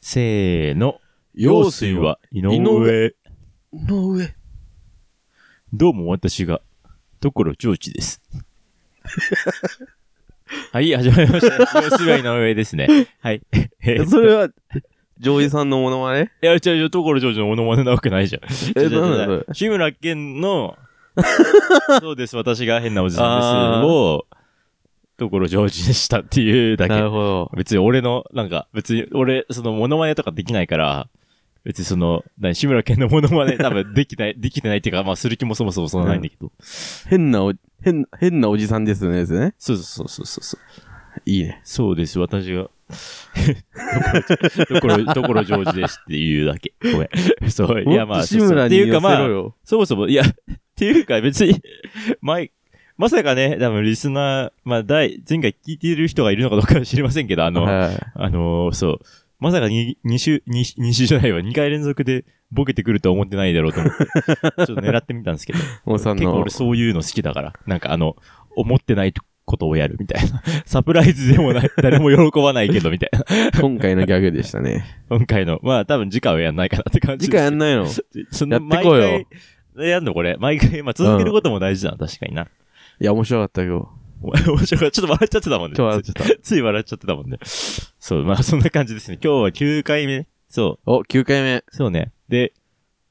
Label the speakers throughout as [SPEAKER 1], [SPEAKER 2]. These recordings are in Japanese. [SPEAKER 1] せーの。
[SPEAKER 2] 用水は
[SPEAKER 1] 井
[SPEAKER 2] 上
[SPEAKER 1] 上。
[SPEAKER 2] の上。
[SPEAKER 1] どうも私が、所ジョーチです。 はい、始まりました。用水は井上ですね。 はい。え
[SPEAKER 2] それは、ジョージさんのものま ね
[SPEAKER 1] いや、違う違う、所ジョーチのモノマネなわけないじゃん。
[SPEAKER 2] え、
[SPEAKER 1] 違う違う
[SPEAKER 2] なんだ
[SPEAKER 1] 違
[SPEAKER 2] そうれ。
[SPEAKER 1] 志村けん の、そうです、私が変なおじさん
[SPEAKER 2] あ
[SPEAKER 1] です。
[SPEAKER 2] ー
[SPEAKER 1] を、所ジョージでしたっていうだけ
[SPEAKER 2] な。るほど。
[SPEAKER 1] 別に俺の、なんか、別に俺、その、モノマネとかできないから、別にその、何、志村けんのモノマネ 多分できない、できてないっていうか、まあ、する気もそもそもそんなないんだけど。
[SPEAKER 2] 変なお、変、変なおじさんですよね、ですね。
[SPEAKER 1] そうそうそうそうそう。
[SPEAKER 2] いいね。
[SPEAKER 1] そうです、私が。 ところ、ところジョージですっていうだけ。ごめん。そう、いやま
[SPEAKER 2] も
[SPEAKER 1] あ、
[SPEAKER 2] っと
[SPEAKER 1] そ
[SPEAKER 2] 志
[SPEAKER 1] うそう
[SPEAKER 2] 村
[SPEAKER 1] って
[SPEAKER 2] に
[SPEAKER 1] いうか
[SPEAKER 2] 寄せ
[SPEAKER 1] まあ
[SPEAKER 2] ろ、よ。
[SPEAKER 1] そもそも、いや、っていうか別に、ままさかね、多分リスナー、まあ、第、前回聞いている人がいるのかどうかは知りませんけど、あの、
[SPEAKER 2] はい
[SPEAKER 1] あのーそう。まさかに、2週、2週じゃないわ。2回連続でボケてくるとは思ってないだろうと 思って。ちょっと狙ってみたんですけど。
[SPEAKER 2] おっさん
[SPEAKER 1] 結構
[SPEAKER 2] の
[SPEAKER 1] 俺、そういうの好きだから。なんかあの、思ってないことをやるみたいな。 サプライズでもない、誰も喜ばないけどみたいな。
[SPEAKER 2] 今回のギャグでし たね。
[SPEAKER 1] 今回の、まあ多分次回はやんないかなって感じ
[SPEAKER 2] 次
[SPEAKER 1] で
[SPEAKER 2] 回
[SPEAKER 1] す
[SPEAKER 2] やんないの
[SPEAKER 1] けど。そんな
[SPEAKER 2] やってこうよ
[SPEAKER 1] 毎回。やんのこれ。毎回、まあ続けることも大事だな、確かにな。
[SPEAKER 2] いや、面白かったけど。
[SPEAKER 1] お前面白い。ちょっと笑っちゃってたもんね。
[SPEAKER 2] ちょっと笑っちゃっ
[SPEAKER 1] つい笑っちゃってたもんね。そう、まあそんな感じですね。今日は9回目。そう。
[SPEAKER 2] た。お、9回目。
[SPEAKER 1] そうね。で、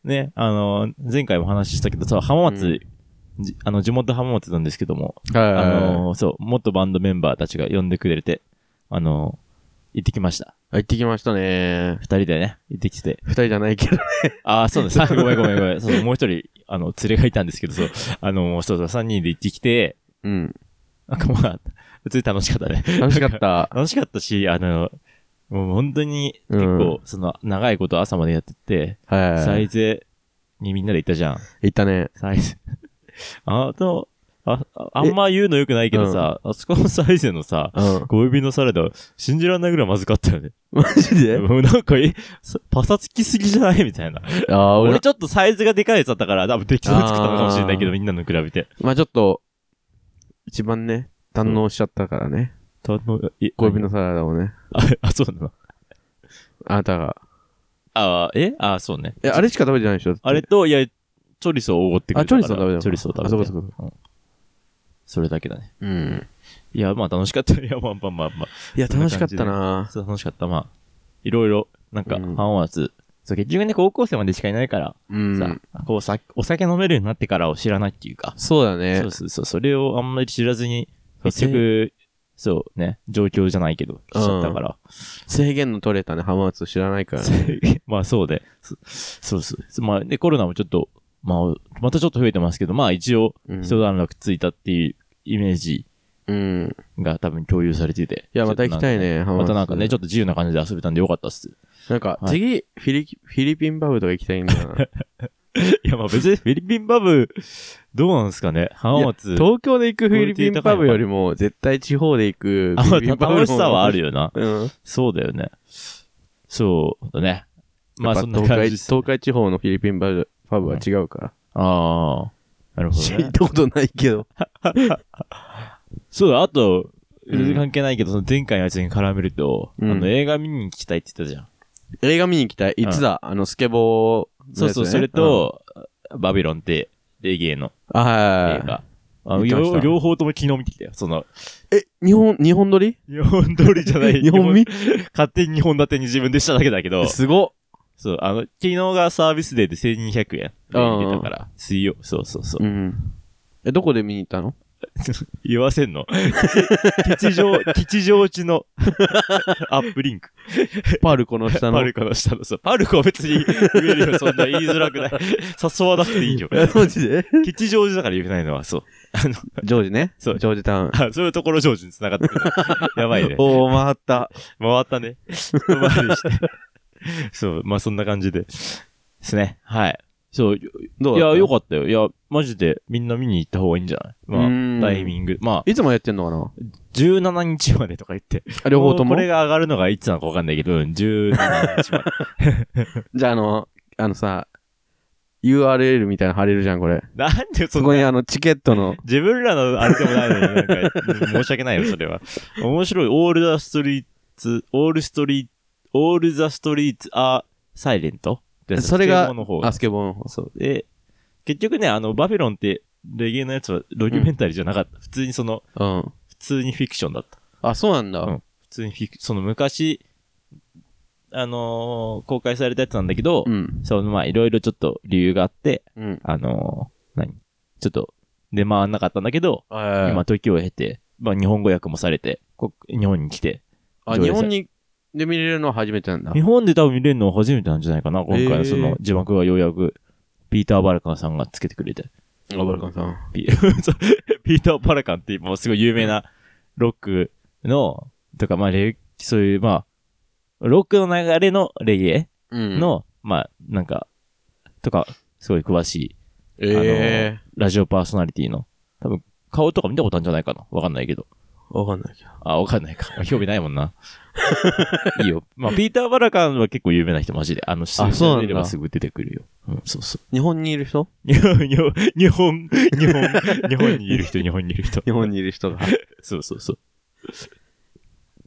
[SPEAKER 1] ね、あのー前回もお話ししたけどさ、浜松、じあの、地元浜松なんですけども、
[SPEAKER 2] はい
[SPEAKER 1] あ
[SPEAKER 2] はいはい。
[SPEAKER 1] のーそう、元バンドメンバーたちが呼んでくれて、あのー行ってきました。
[SPEAKER 2] あ行ってきましたね。
[SPEAKER 1] 二人でね、行ってきて。
[SPEAKER 2] 二人じゃないけど。
[SPEAKER 1] ああ、そうです。 ごめんごめんごめん。そう、もう一人、あの、連れがいたんですけど、そう、あのーそうそう、三人で行ってきて、
[SPEAKER 2] うん。
[SPEAKER 1] なんかまあ、普通に楽しかったね。
[SPEAKER 2] 楽し かった。
[SPEAKER 1] 楽しかったし、あの、もう本当に、
[SPEAKER 2] うん
[SPEAKER 1] 結構、その、長いこと朝までやってて、
[SPEAKER 2] は
[SPEAKER 1] サ
[SPEAKER 2] い
[SPEAKER 1] イ。ゼにみんなで行ったじゃん。
[SPEAKER 2] 行ったね。
[SPEAKER 1] サイ ズ。あの、あ、ああんま言うのよくないけどさ、あそこのサイズのさ、
[SPEAKER 2] うん。
[SPEAKER 1] 小指のサラダ、信じられないぐらいまずかったよね。
[SPEAKER 2] マジで
[SPEAKER 1] もうなんか、え、さパサつきすぎじゃないみたいな。
[SPEAKER 2] ああ、
[SPEAKER 1] 俺
[SPEAKER 2] 俺、
[SPEAKER 1] ちょっとサイズがでかいやつだったから、多分適当に作ったのかもしれないけど、
[SPEAKER 2] あー
[SPEAKER 1] みんなの比べて。
[SPEAKER 2] まあちょっと、一番ね、堪能しちゃったからね。
[SPEAKER 1] たのえ
[SPEAKER 2] 小指のサラダをね。
[SPEAKER 1] あ、あそうなの。
[SPEAKER 2] あなたが。
[SPEAKER 1] あーえあ、そうね。
[SPEAKER 2] え、あれしか食べてないでしょ
[SPEAKER 1] あれと、いや、チョリソーをおごってくれたから
[SPEAKER 2] あチョリソー食べたの
[SPEAKER 1] チョリソー食べ
[SPEAKER 2] あ、
[SPEAKER 1] て
[SPEAKER 2] そうかそうか。
[SPEAKER 1] それだけだね。
[SPEAKER 2] うん。
[SPEAKER 1] いや、まあ楽しかった。いや、まあまあまあまあ。
[SPEAKER 2] いや、
[SPEAKER 1] そんな
[SPEAKER 2] 楽
[SPEAKER 1] 感じで
[SPEAKER 2] しかったな
[SPEAKER 1] そう楽しかった。まあ、いろいろ、なんか、
[SPEAKER 2] うん
[SPEAKER 1] 浜松。そう、結局ね、高校生までしかいないから、
[SPEAKER 2] う
[SPEAKER 1] さ
[SPEAKER 2] ん。、
[SPEAKER 1] こうさ、お酒飲めるようになってからを知らないっていうか、
[SPEAKER 2] そうだね
[SPEAKER 1] そう。そうそう、それをあんまり知らずに、
[SPEAKER 2] そう
[SPEAKER 1] 結局、そうね、状況じゃないけど、来ちゃったから。
[SPEAKER 2] 制限の取れたね、浜松知らないからね。
[SPEAKER 1] まあそうで、そそうそう。まあ、で、コロナもちょっと、まあ、またちょっと増えてますけど、まあ一応、
[SPEAKER 2] うん
[SPEAKER 1] 一段落ついたっていうイメージ
[SPEAKER 2] うん。
[SPEAKER 1] が多分共有されてて。
[SPEAKER 2] いや、また行きたい
[SPEAKER 1] ね。
[SPEAKER 2] ね、浜
[SPEAKER 1] ま
[SPEAKER 2] 松。
[SPEAKER 1] たなんかね、ち
[SPEAKER 2] ょ
[SPEAKER 1] ょっと自由な感じで遊べたんでよかったっす。
[SPEAKER 2] なん
[SPEAKER 1] は
[SPEAKER 2] か、
[SPEAKER 1] い
[SPEAKER 2] 次、フィリ、フィリピンパブとか行きたいんだよな。
[SPEAKER 1] いや、まあ別にフィリピンパブ、どうなんですかね 浜松。
[SPEAKER 2] 東京で行くフィリピンパブよりも、絶対地方で行く
[SPEAKER 1] あ、
[SPEAKER 2] フィ
[SPEAKER 1] まあ
[SPEAKER 2] リピンパブの
[SPEAKER 1] 楽しさはあるよな。
[SPEAKER 2] 方が。うん。
[SPEAKER 1] そうだよね。そうだね。まあ
[SPEAKER 2] や
[SPEAKER 1] そ
[SPEAKER 2] っぱ
[SPEAKER 1] んな
[SPEAKER 2] 東
[SPEAKER 1] 感じ
[SPEAKER 2] 海、
[SPEAKER 1] です。
[SPEAKER 2] 東海地方のフィリピンパブ、パブは違うから。
[SPEAKER 1] ああ、なるほど、ね。
[SPEAKER 2] たことないけど。
[SPEAKER 1] そうだ、あと、
[SPEAKER 2] うん
[SPEAKER 1] 全然関係ないけど、その前回のやつに絡めると、
[SPEAKER 2] うん
[SPEAKER 1] あの映画見に行きたいって言ったじゃん。
[SPEAKER 2] 映画見に行きたい。いつだあの、スケボーの
[SPEAKER 1] そ
[SPEAKER 2] やつね、
[SPEAKER 1] うそう、それと、バビロンって、レゲエの
[SPEAKER 2] うん、あは
[SPEAKER 1] 映
[SPEAKER 2] いはいはい
[SPEAKER 1] 画。あの
[SPEAKER 2] 見てました
[SPEAKER 1] 両両方とも昨日見てきたよ。その、
[SPEAKER 2] え、日本、日本撮り
[SPEAKER 1] 日本通りじゃない。
[SPEAKER 2] 日本見
[SPEAKER 1] 勝手に日本立てに自分でしただけだけど。
[SPEAKER 2] すごっ。
[SPEAKER 1] そう、あの、昨日がサービスデーで1200円で
[SPEAKER 2] うんうん
[SPEAKER 1] 入れたから、水曜、そうそうそう。
[SPEAKER 2] うん。え、どこで見に行 ったの
[SPEAKER 1] 言わせんの。 吉祥、吉祥地の アップリンク。
[SPEAKER 2] パルコの下の。
[SPEAKER 1] パルコの下の、そう、パルコは別に言えるよ、そんな言いづら くない。誘わなくていいよ。
[SPEAKER 2] え、マジで
[SPEAKER 1] 吉祥寺だから言えないのは、そう。あの、
[SPEAKER 2] ジョージね。
[SPEAKER 1] そう
[SPEAKER 2] ジョージタウン。
[SPEAKER 1] あそういうところ上手に繋がってくる。やばいね。
[SPEAKER 2] おー、回った。
[SPEAKER 1] 回った ね。回りして。そう、まあそんな感じで。ですね。はい。そう、
[SPEAKER 2] どう
[SPEAKER 1] い
[SPEAKER 2] だ
[SPEAKER 1] や、
[SPEAKER 2] った
[SPEAKER 1] よかったよ。いや、マジでみんな見に行った方がいいんじゃないうま
[SPEAKER 2] ー
[SPEAKER 1] あ、
[SPEAKER 2] ん
[SPEAKER 1] タイミング。まあ、
[SPEAKER 2] いつもやってんのかな
[SPEAKER 1] 17日までとか言って。
[SPEAKER 2] あ 両方とも。
[SPEAKER 1] これが上がるのがいつなのかわかんないけど、うん17日まで。
[SPEAKER 2] じゃあ、あの、あのさ、URL みたいなの貼れるじゃん、これ。
[SPEAKER 1] なんでそ
[SPEAKER 2] そ
[SPEAKER 1] んな
[SPEAKER 2] こにあの、チケットの。
[SPEAKER 1] 自分らのあれでもないのに、なんか、申し訳ないよ、それは。面白い。オールダストリート、オールストリー all the streets are silent? で
[SPEAKER 2] それが
[SPEAKER 1] スケボーの方
[SPEAKER 2] あ、スケボーの方。
[SPEAKER 1] そう。で、結局ね、あの、バビロンって、レゲエのやつはドキュメンタリーじゃなかった。普通にその、
[SPEAKER 2] うん。
[SPEAKER 1] 普通にフィクションだった。
[SPEAKER 2] あ、そうなんだ。
[SPEAKER 1] うん普通にフィク、その昔、あのー公開されたやつなんだけど、
[SPEAKER 2] うん。
[SPEAKER 1] そのまあいろいろちょっと理由があって、
[SPEAKER 2] うん。
[SPEAKER 1] あのー何ちょっと出回んなかったんだけど、
[SPEAKER 2] あ
[SPEAKER 1] 今時を経て、まあ日本語訳もされて、こ日本に来て。
[SPEAKER 2] あ、
[SPEAKER 1] 上映さ
[SPEAKER 2] 日本にで見れるのは初めてなんだ
[SPEAKER 1] 日。本で多分見れるのは初めてなんじゃないかな、今
[SPEAKER 2] へー
[SPEAKER 1] 回その字幕がようやく、ピーター・バラカンさんがつけてくれて。
[SPEAKER 2] あ、バルカンさん。
[SPEAKER 1] ピそうピーター・パラカンって、もうすごい有名なロックの、とか、まあ、レそういう、まあ、ロックの流れのレゲ
[SPEAKER 2] うん
[SPEAKER 1] エ、の、まあ、なんか、とか、すごい詳しい、
[SPEAKER 2] え
[SPEAKER 1] ラジオパーソナリティの、多分、顔とか見たことあるんじゃないかなわかんないけど。
[SPEAKER 2] ー、わかんないけど。
[SPEAKER 1] あ、わかんないか。 興味ないもんな。いいよ。まあ、ピーター・パラカンは結構有名な人、マジで。あの、
[SPEAKER 2] そうなんだ
[SPEAKER 1] 出ればすぐ出てくるよ。うん、そうそう。
[SPEAKER 2] 日本にいる人
[SPEAKER 1] 日本、日本、日本、日本にいる人、日本にいる人。
[SPEAKER 2] 日本にいる人が。
[SPEAKER 1] そうそうそう。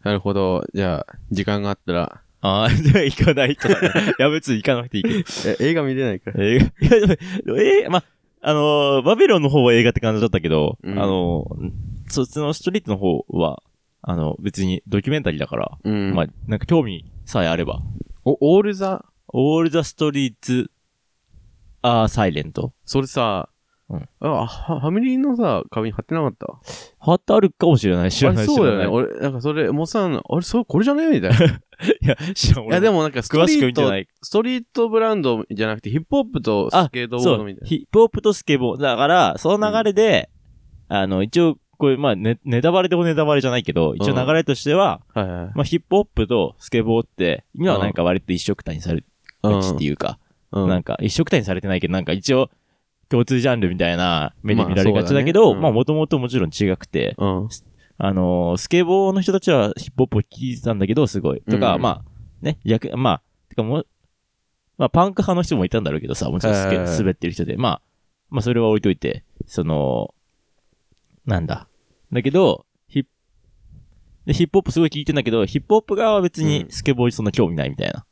[SPEAKER 2] なるほど。じゃあ、時間があったら。
[SPEAKER 1] ああ、じゃあ行かないとだね。いや、別に行かなくていいけど。
[SPEAKER 2] え、映画見れないから。
[SPEAKER 1] えー、いやでもえーま、あのーバビロンの方は映画って感じだったけど、
[SPEAKER 2] うん
[SPEAKER 1] あのーそっちのストリートの方は、あの、別にドキュメンタリーだから、
[SPEAKER 2] うん。
[SPEAKER 1] まあ、なんか興味さえあれば、
[SPEAKER 2] お、オールザ、
[SPEAKER 1] All the Streets are Silent。
[SPEAKER 2] それさ、
[SPEAKER 1] うん
[SPEAKER 2] あはファミリーのさ、壁に貼ってなかった
[SPEAKER 1] 貼ってあるかもしれない。知ら
[SPEAKER 2] あ
[SPEAKER 1] な
[SPEAKER 2] れ
[SPEAKER 1] い。
[SPEAKER 2] そうだよ
[SPEAKER 1] 知
[SPEAKER 2] ね。
[SPEAKER 1] らない
[SPEAKER 2] 俺、なんかそれ、もうさん、あれ、それ、これじゃ ねみたいな。い
[SPEAKER 1] いや、知らん。
[SPEAKER 2] や、で
[SPEAKER 1] も、
[SPEAKER 2] もなんかスト
[SPEAKER 1] 詳しく
[SPEAKER 2] リー
[SPEAKER 1] 見て
[SPEAKER 2] ト
[SPEAKER 1] な、い。
[SPEAKER 2] ストリートブランドじゃなくて、ヒップホップとスケートボードみたいな。
[SPEAKER 1] ヒップホップとスケボー。だから、その流れで、あの、一応、これ、まあ、ね、ネタバレでもネタバレじゃないけど、一応流れとしては、
[SPEAKER 2] はいはいはい。
[SPEAKER 1] まあ、ヒップホップとスケボーって、今はなんか割と一緒くたにされがちっていうか、
[SPEAKER 2] うん
[SPEAKER 1] なんか一緒くたにされてないけど、なんか一応、共通ジャンルみたいな目で見られがちだけ
[SPEAKER 2] まあそう
[SPEAKER 1] ど、
[SPEAKER 2] だね
[SPEAKER 1] まあ、もともともちろん違くて、
[SPEAKER 2] うん。
[SPEAKER 1] あのースケボーの人たちはヒップホップを聴いてたんだけど、すごい。とか、
[SPEAKER 2] うん
[SPEAKER 1] まあ、ね、役、まあ、てかもう、まあ、パンク派の人もいたんだろうけどさ、もちろんスケ、
[SPEAKER 2] はいはいはい
[SPEAKER 1] 滑ってる人で、まあ、まあ、それは置いといて、その、なんだ。だけど、ヒップ、でヒップホップすごい聞いてんだけど、ヒップホップ側は別に
[SPEAKER 2] うん
[SPEAKER 1] スケボーにそんな興味ないみたいな。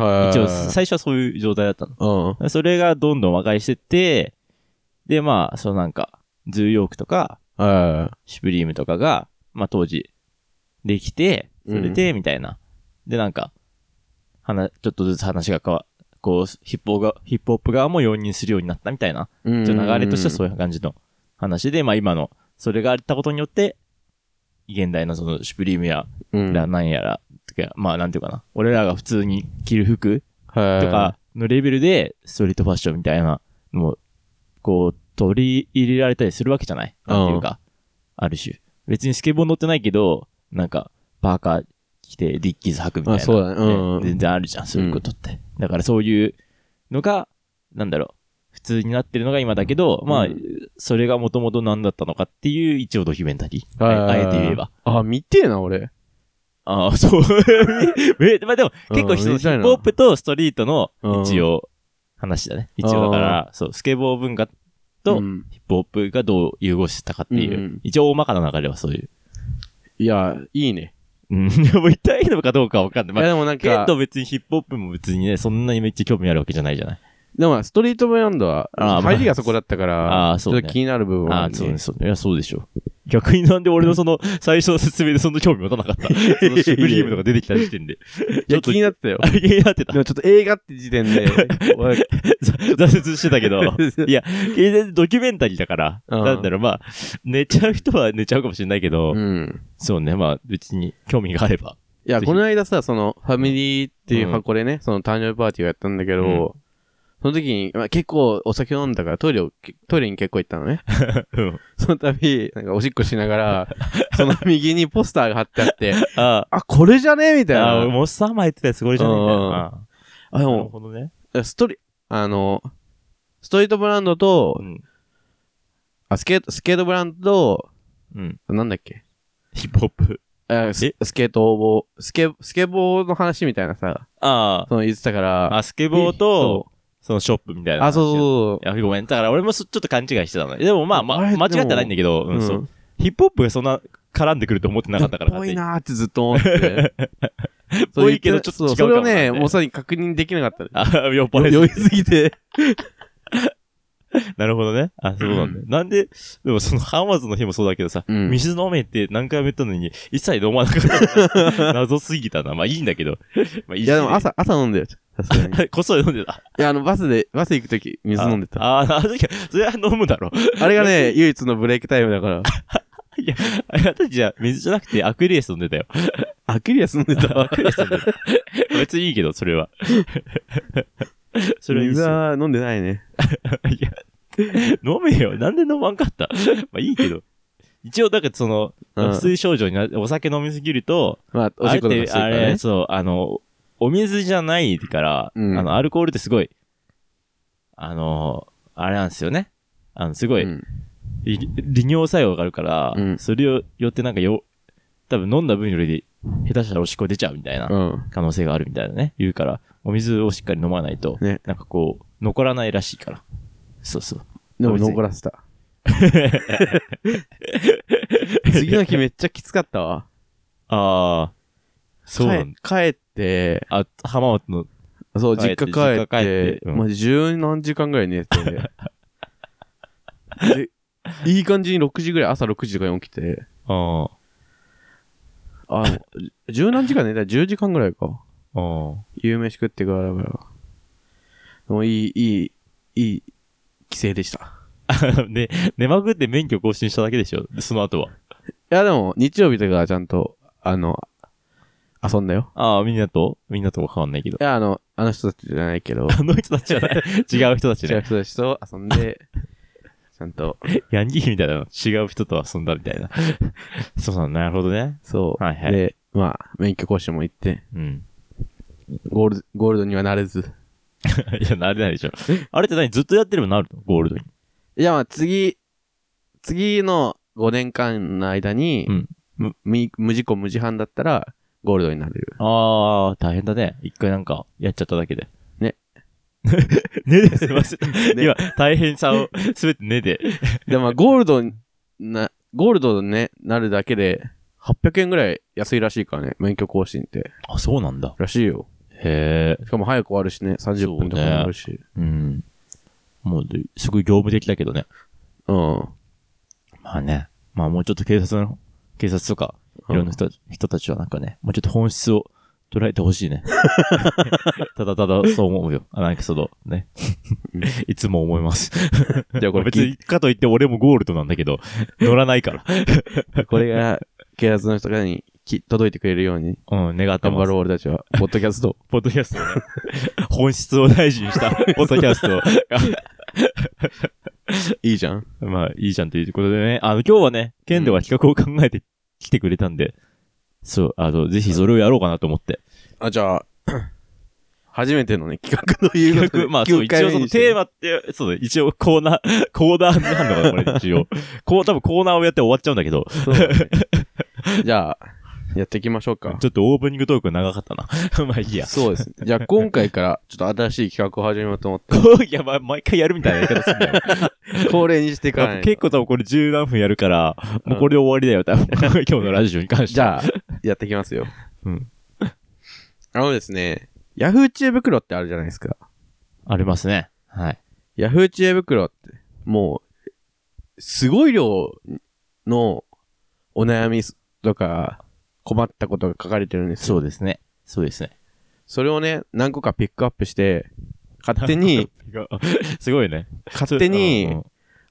[SPEAKER 2] はい。
[SPEAKER 1] 一応、最初はそういう状態だったの。
[SPEAKER 2] うん。
[SPEAKER 1] それがどんどん和解してって、で、まあ、そのなんか、ズーヨークとか、
[SPEAKER 2] は
[SPEAKER 1] シュプリームとかが、まあ、当時、できて、それで、みたいな。で、なんか、話、ちょっとずつ話が変わ、こう、ヒップホが、ヒップホップ側も容認するようになったみたいな。
[SPEAKER 2] いはい。
[SPEAKER 1] ちょっと流れとしてはそうういう感じの話で、まあ今の、それがあったことによって、現代のその、シュプリームや
[SPEAKER 2] いうん。
[SPEAKER 1] ら、なんやら、とか、まあなんていうかな。俺らが普通に着る服
[SPEAKER 2] はい。
[SPEAKER 1] とかのレベルで、ストリートファッションみたいなのも、こう、取り入れられたりするわけじゃないなんていうか、ある種。別にスケボー乗ってないけど、なんか、パーカー着て、ディッキーズ履くみたいな。
[SPEAKER 2] あそうだねうん
[SPEAKER 1] ね全然あるじゃん、そういうことって。だからそういうのが、なんだろう、普通になってるのが今だけど、まあ
[SPEAKER 2] うん、
[SPEAKER 1] それがもともと何だったのかっていう一応ドキュメンタリー。
[SPEAKER 2] は
[SPEAKER 1] あ
[SPEAKER 2] い
[SPEAKER 1] えて言えば。。
[SPEAKER 2] あ、見てえな、俺。
[SPEAKER 1] ああ、そう。 え、まあでも、結構
[SPEAKER 2] うん
[SPEAKER 1] その
[SPEAKER 2] 見
[SPEAKER 1] ヒ
[SPEAKER 2] たいな
[SPEAKER 1] ップホップとストリートの
[SPEAKER 2] うん
[SPEAKER 1] 一応話だね。一応だから、そう、スケボー文化と
[SPEAKER 2] うん
[SPEAKER 1] ヒップホップがどう融合してたかっていう、
[SPEAKER 2] うんうん
[SPEAKER 1] 一応大まかな流れはそういう。
[SPEAKER 2] いや、いいね。
[SPEAKER 1] うん、 でも痛いのかどうかはわかんない。
[SPEAKER 2] い
[SPEAKER 1] ま
[SPEAKER 2] や、
[SPEAKER 1] あ、
[SPEAKER 2] でもなん
[SPEAKER 1] ケン
[SPEAKER 2] か、
[SPEAKER 1] ト別にヒップホップも別にね、そんなにめっちゃ興味あるわけじゃないじゃない。
[SPEAKER 2] でもストリートブランドは、
[SPEAKER 1] あーまあ
[SPEAKER 2] 入りがそこだったから、
[SPEAKER 1] あー
[SPEAKER 2] ち
[SPEAKER 1] そう
[SPEAKER 2] ょっ
[SPEAKER 1] ね
[SPEAKER 2] と気になる部分は
[SPEAKER 1] あ
[SPEAKER 2] あ
[SPEAKER 1] あ
[SPEAKER 2] る、ね。
[SPEAKER 1] そうです、そうね。いや、そうでしょう。逆になんで俺のその最初の説明でそんな興味持たなかったそのシュプリームとか出てきた時点で。
[SPEAKER 2] い
[SPEAKER 1] ちょ
[SPEAKER 2] や、
[SPEAKER 1] っと
[SPEAKER 2] 気になってたよ。
[SPEAKER 1] あ、いや、合ってた
[SPEAKER 2] で。もちょっと映画って時点 で、 俺
[SPEAKER 1] 挫折してたけ ど。いや、全然ドキュメンタリーだから、
[SPEAKER 2] うん
[SPEAKER 1] なんだろう、まあ、寝ちゃう人は寝ちゃうかもしれないけど、
[SPEAKER 2] うん。
[SPEAKER 1] そうね、まあ、別に興味があれば。
[SPEAKER 2] いや、
[SPEAKER 1] ぜひ
[SPEAKER 2] この間さ、その、ファミリーっていう
[SPEAKER 1] うん
[SPEAKER 2] 箱でね、その誕生日パーティーをやったんだけど、
[SPEAKER 1] うん
[SPEAKER 2] その時に、まあ、結構お酒飲んだからトイレを、トイレに結構行ったの ね。
[SPEAKER 1] うん。
[SPEAKER 2] その度、なんかおしっこしながら、その右にポスターが貼ってあ って、
[SPEAKER 1] あ
[SPEAKER 2] あ、これじゃねみたい
[SPEAKER 1] あ、
[SPEAKER 2] な。
[SPEAKER 1] モッサンマイってたやつこれじゃねえんだ
[SPEAKER 2] うん
[SPEAKER 1] よな。
[SPEAKER 2] あ、で
[SPEAKER 1] なる
[SPEAKER 2] も、
[SPEAKER 1] ほどね。
[SPEAKER 2] ストリ、あの、ストリートブランドと、
[SPEAKER 1] うん。
[SPEAKER 2] あ、スケート、スケートブランド
[SPEAKER 1] うん。
[SPEAKER 2] と、なんだっけ
[SPEAKER 1] ヒップホップ。
[SPEAKER 2] あス
[SPEAKER 1] え
[SPEAKER 2] スケートボー、スケ、スケボーの話みたいなさ、
[SPEAKER 1] あ
[SPEAKER 2] その言ってたか
[SPEAKER 1] あ、
[SPEAKER 2] ら。
[SPEAKER 1] あ、スケボーと、
[SPEAKER 2] そ、
[SPEAKER 1] そのショップみたいうな。
[SPEAKER 2] あ、そう
[SPEAKER 1] う。
[SPEAKER 2] そう
[SPEAKER 1] いや、ごめん。だから俺もそちょっと勘違いしてたの。でもまあ、ま
[SPEAKER 2] あれ
[SPEAKER 1] あ、間違ってはないんだけど、
[SPEAKER 2] そう。
[SPEAKER 1] うん、そう。ヒップホップがそんな絡んでくると思ってなかったから、
[SPEAKER 2] ぽ
[SPEAKER 1] 勝手
[SPEAKER 2] い
[SPEAKER 1] に
[SPEAKER 2] なーってずっと思ってて。
[SPEAKER 1] ぽいけどちょっと違うかも
[SPEAKER 2] そうそれをね、
[SPEAKER 1] ね
[SPEAKER 2] もうさに確認できなかった。
[SPEAKER 1] あ、酔っ払いす
[SPEAKER 2] 酔いすぎて。
[SPEAKER 1] なるほどね。あ、そうなんだよ。なんで、でもその浜松の日もそうだけどさ、
[SPEAKER 2] うん
[SPEAKER 1] 水飲めって何回も言ったのに、一切飲まなかっ た。謎すぎたな。まあいいんだけど。まあい
[SPEAKER 2] いや、でも。朝、朝飲んだよ。さすが に。い
[SPEAKER 1] こっそり飲んでた。
[SPEAKER 2] や、あの、バスで、バス行くとき、水飲んでた。
[SPEAKER 1] あ
[SPEAKER 2] あ
[SPEAKER 1] あ、あの時は、それは飲むだろ。
[SPEAKER 2] れがね、唯一のブレイクタイムだから。
[SPEAKER 1] あなたたちは水じゃなくてアクエリアス飲んで たよ。
[SPEAKER 2] アクリアス飲んで た。
[SPEAKER 1] アクエリアス飲んでた。別にいいけど、それは。それはいいっす
[SPEAKER 2] 水
[SPEAKER 1] よ
[SPEAKER 2] は飲んでないね。
[SPEAKER 1] いや、飲めよ。なんで飲まんかったまあいいけど。一応、だからその、
[SPEAKER 2] うん
[SPEAKER 1] 不。水症状になお酒飲みすぎると、
[SPEAKER 2] まあ、お
[SPEAKER 1] あ
[SPEAKER 2] し
[SPEAKER 1] れ
[SPEAKER 2] っ
[SPEAKER 1] っ
[SPEAKER 2] ことか
[SPEAKER 1] て、
[SPEAKER 2] するか
[SPEAKER 1] あ
[SPEAKER 2] ら
[SPEAKER 1] れ、
[SPEAKER 2] ね。
[SPEAKER 1] そう、あの、お水じゃないから、
[SPEAKER 2] うん
[SPEAKER 1] あの、アルコールってすごい、あの、あれなんですよね。あの、すごい、
[SPEAKER 2] うん
[SPEAKER 1] い利尿作用があるから、
[SPEAKER 2] うん
[SPEAKER 1] それによってなんかよ、多分飲んだ分より下手したらおしっこ出ちゃうみたいな
[SPEAKER 2] うん。
[SPEAKER 1] 可能性があるみたいなね、言うから、お水をしっかり飲まないと、
[SPEAKER 2] ね
[SPEAKER 1] なんかこう、残らないらしいから。そうそう。
[SPEAKER 2] でも
[SPEAKER 1] 別に
[SPEAKER 2] 残らせた。次の日めっちゃきつかった わ。
[SPEAKER 1] ああ、そうなんだ。
[SPEAKER 2] 帰帰って、
[SPEAKER 1] あ、浜松の、
[SPEAKER 2] そう、
[SPEAKER 1] 帰
[SPEAKER 2] 実
[SPEAKER 1] っ
[SPEAKER 2] 家
[SPEAKER 1] て
[SPEAKER 2] 帰って、
[SPEAKER 1] 実家帰ってうん
[SPEAKER 2] まあ、十何時間ぐらい寝て て。で、いい感じに6時ぐらい、朝6時とかに起きて、
[SPEAKER 1] あ
[SPEAKER 2] あ、もう十何時間寝たら10時間ぐらいか。
[SPEAKER 1] あ、ああ。
[SPEAKER 2] 夕飯食ってからだから。でもいい、いい、いい、帰省でした。
[SPEAKER 1] で、寝まくって免許更新しただけでしょでその後は。
[SPEAKER 2] いや、でも、日曜日とかはちゃんと、あの、遊んだよ。
[SPEAKER 1] ああ、みんなとみんなとは変わんないけど。
[SPEAKER 2] いや、あの、あの人たちじゃないけど、
[SPEAKER 1] あの人たちじゃ ない。違う人たち
[SPEAKER 2] 違う
[SPEAKER 1] ね。
[SPEAKER 2] 人たちと遊んで、 ちゃんと、
[SPEAKER 1] ヤンギーみたいなの。違う人と遊んだみたいな。 そうなんだなるほどね。
[SPEAKER 2] そう。
[SPEAKER 1] はいはい
[SPEAKER 2] で、まあ、免許講習も行って、
[SPEAKER 1] うん。
[SPEAKER 2] ゴールド、ゴールドにはなれず。
[SPEAKER 1] いや、なれないでしょ。あれって何ずっとやってればなるのゴールドに。
[SPEAKER 2] いや、まあ、次、次の5年間の間に、
[SPEAKER 1] うん
[SPEAKER 2] む無無事故無事犯だったら、ゴールドになれる。
[SPEAKER 1] ああ、大変だね。一回なんか、やっちゃっただけで。
[SPEAKER 2] ね。
[SPEAKER 1] ねですいません。
[SPEAKER 2] ね
[SPEAKER 1] 今、大変さを、すべてねで。
[SPEAKER 2] でも、まあゴールドにな、ゴールドにね、なるだけで、800円ぐらい安いらしいからね、免許更新って。
[SPEAKER 1] あ、そうなんだ。
[SPEAKER 2] らしいよ。
[SPEAKER 1] へえ。
[SPEAKER 2] しかも早く終わるしね、30分とか
[SPEAKER 1] そうね
[SPEAKER 2] もあるし。
[SPEAKER 1] うん。もう、ですごい業務的だけどね。
[SPEAKER 2] うん。
[SPEAKER 1] まあね、まあもうちょっと警察の、警察とか、いろんな人,、人たちはなんかね、もうちょっと本質を捉えてほし いね。ただただそう思うよ。あなんかその、ね。いつも思い ます。
[SPEAKER 2] じゃあこれ
[SPEAKER 1] 別
[SPEAKER 2] 聞い
[SPEAKER 1] に、かといって俺もゴールドなんだけど、乗らないから。
[SPEAKER 2] て、これが警察の人からにき届いてくれるように、
[SPEAKER 1] うん、願って
[SPEAKER 2] 頑張
[SPEAKER 1] ます。
[SPEAKER 2] ろう俺たちは、ポッドキャストを。
[SPEAKER 1] ポッドキャストをね、 本質を大事にした、ポッドキャストを。
[SPEAKER 2] いいじゃん。
[SPEAKER 1] まあ、いいじゃんということでね。あの、今日はね、剣では企画を考えてきてくれたんで、そう、あの、ぜひそれをやろうかなと思って。
[SPEAKER 2] あ、じゃあ、 初めてのね、企画ということ
[SPEAKER 1] 企
[SPEAKER 2] で。
[SPEAKER 1] 画、まあそう、 一応そのテーマって、そうだ、一応コーナー、 コーナーになるのか な、これ一応。こう、多分コーナーをやって終わっちゃうんだけど、
[SPEAKER 2] マ。そうだねじゃあ、やっていきましょうか。
[SPEAKER 1] ちょっとオープニングトーク長かったな。 まあいいや。
[SPEAKER 2] そうですね。じゃあ今回から、ちょっと新しい企画を始めようと思っ
[SPEAKER 1] こういや、まあ、毎回やるみたいな言い方するんだよ。
[SPEAKER 2] て、 恒例にしていかないと。
[SPEAKER 1] 結構多分これ十何分やるから、もうこれで終わりだよ、多分。 今日のラジオに関して
[SPEAKER 2] じ
[SPEAKER 1] は。
[SPEAKER 2] ゃあ、やっていきますよ。
[SPEAKER 1] うん。
[SPEAKER 2] あのですね、ヤフー知恵袋ってあるじゃないですか。
[SPEAKER 1] ありますね。はい。
[SPEAKER 2] ヤフー知恵袋って、もう、すごい量のお悩みとか困ったことが書かれてるんですよ。
[SPEAKER 1] そうですね。そうですね。
[SPEAKER 2] それをね、何個かピックアップして、勝手に、
[SPEAKER 1] すごいね。
[SPEAKER 2] 勝手
[SPEAKER 1] うんうん
[SPEAKER 2] に、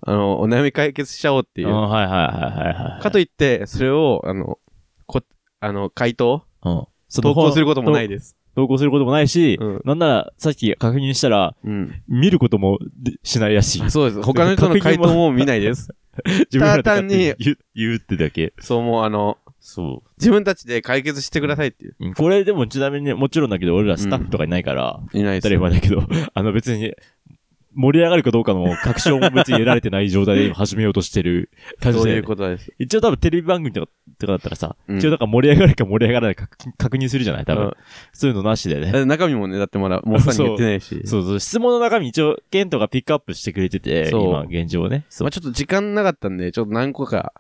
[SPEAKER 2] あの、お悩み解決しちゃおうってい
[SPEAKER 1] うん
[SPEAKER 2] う。
[SPEAKER 1] はいはいはいはいはい。
[SPEAKER 2] かといって、それを、あの、こ、あの、回答
[SPEAKER 1] うん、その
[SPEAKER 2] 投稿することもないです。
[SPEAKER 1] 投稿することもないし、
[SPEAKER 2] うん
[SPEAKER 1] なんならさっき確認したら、
[SPEAKER 2] うん。
[SPEAKER 1] 見ることもでしないらしい。
[SPEAKER 2] そうです。他の人の回答も見ないです。
[SPEAKER 1] 自分らで
[SPEAKER 2] ただ単に
[SPEAKER 1] 勝手言う言うってだけ。
[SPEAKER 2] そう、もうあの、
[SPEAKER 1] そ
[SPEAKER 2] 自分たちで解決してくださいっていう。
[SPEAKER 1] う。これでもちなみにね、もちろんだけど、俺らスタッフとかいないから、
[SPEAKER 2] いない
[SPEAKER 1] 当た
[SPEAKER 2] です
[SPEAKER 1] り。前だけど、 あの別に、盛り上がるかどうかの確証も別に得られてない状態で今始めようとしてる感じ
[SPEAKER 2] そう
[SPEAKER 1] で、
[SPEAKER 2] いうことです。
[SPEAKER 1] 一応多分テレビ番組とかとかだったらさ、
[SPEAKER 2] うん
[SPEAKER 1] 一応だから盛り上がるか盛り上がらないか確確認するじゃない多分、
[SPEAKER 2] うん
[SPEAKER 1] そういうのなしでね。
[SPEAKER 2] え中身もね、だってまだ、もうさに言ってないし。
[SPEAKER 1] そうそう、質問の中身一応、ケントがピックアップしてくれてて、
[SPEAKER 2] そう
[SPEAKER 1] 今現状ね。そう
[SPEAKER 2] まあちょっと時間なかったんで、ちょっと何個か、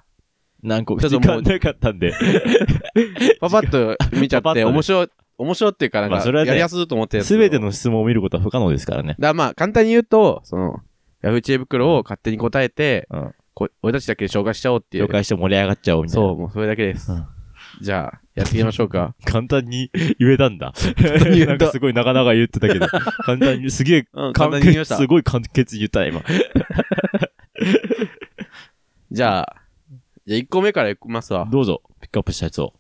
[SPEAKER 1] 何個
[SPEAKER 2] ちょ
[SPEAKER 1] 時
[SPEAKER 2] っとも
[SPEAKER 1] 間
[SPEAKER 2] う
[SPEAKER 1] なかったんで。
[SPEAKER 2] パパッと見ちゃ
[SPEAKER 1] パ
[SPEAKER 2] っ
[SPEAKER 1] パッ
[SPEAKER 2] て、
[SPEAKER 1] とね
[SPEAKER 2] 面白面白いっていうか、なん
[SPEAKER 1] まあ
[SPEAKER 2] か、
[SPEAKER 1] それはね
[SPEAKER 2] やりやすいと思ってるやつを
[SPEAKER 1] すべての質問を見ることは不可能ですからね。
[SPEAKER 2] だからまあ、簡単に言うと、その、ヤフー知恵袋を勝手に答えて、
[SPEAKER 1] うん。
[SPEAKER 2] こ俺たちだけで紹介しちゃおうっていう。
[SPEAKER 1] 了解して盛り上がっちゃおうみたいな。
[SPEAKER 2] そう、もうそれだけです。
[SPEAKER 1] うん
[SPEAKER 2] じゃあ、やっていきましょうか。
[SPEAKER 1] 簡単に言えたんだ。
[SPEAKER 2] 単に言えた
[SPEAKER 1] なんかすごいなかなか言ってた けど。簡単に、すげえ、
[SPEAKER 2] うん簡
[SPEAKER 1] 簡
[SPEAKER 2] 単に言いま
[SPEAKER 1] 潔、
[SPEAKER 2] した
[SPEAKER 1] すごい簡潔に言ったね、今。
[SPEAKER 2] じゃあ、じゃあ1個目からいきますわ。
[SPEAKER 1] どうぞ、ピックアップしたやつを。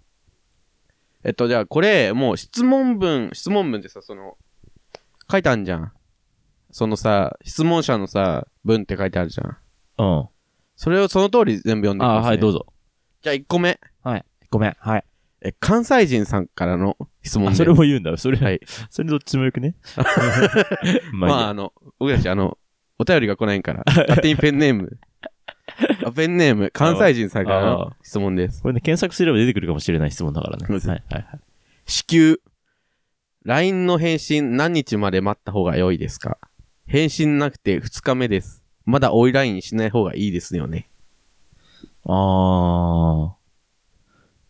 [SPEAKER 2] えっと、じゃあこれ、もう質問文、質問文でさ、その、書いてあるじゃん。そのさ、質問者のさ、文って書いてあるじゃん。
[SPEAKER 1] うん。
[SPEAKER 2] それをその通り全部読んでいき
[SPEAKER 1] あ
[SPEAKER 2] ます、ね。
[SPEAKER 1] はい、どう
[SPEAKER 2] ぞ。
[SPEAKER 1] ぞ。
[SPEAKER 2] じゃあ1個目。
[SPEAKER 1] はい。ごめん、はい。
[SPEAKER 2] え、関西人さんからの質問
[SPEAKER 1] あ、
[SPEAKER 2] で
[SPEAKER 1] それも言うんだ。それ、
[SPEAKER 2] はい。
[SPEAKER 1] それどっちもよく ね。まあいい
[SPEAKER 2] まあ、
[SPEAKER 1] や、
[SPEAKER 2] あの、僕たち、あの、お便りが来ないから、勝手にペンネ ーム。あペンネーム、関西人さんからの質問です。
[SPEAKER 1] これね、検索すれば出てくるかもしれない質問だからね。
[SPEAKER 2] そうです
[SPEAKER 1] はい、はい、はい。
[SPEAKER 2] 至急、LINE の返信何日まで待った方が良いですか返信なくて2日目です。まだ追い LINE しない方がいいですよね。
[SPEAKER 1] あー。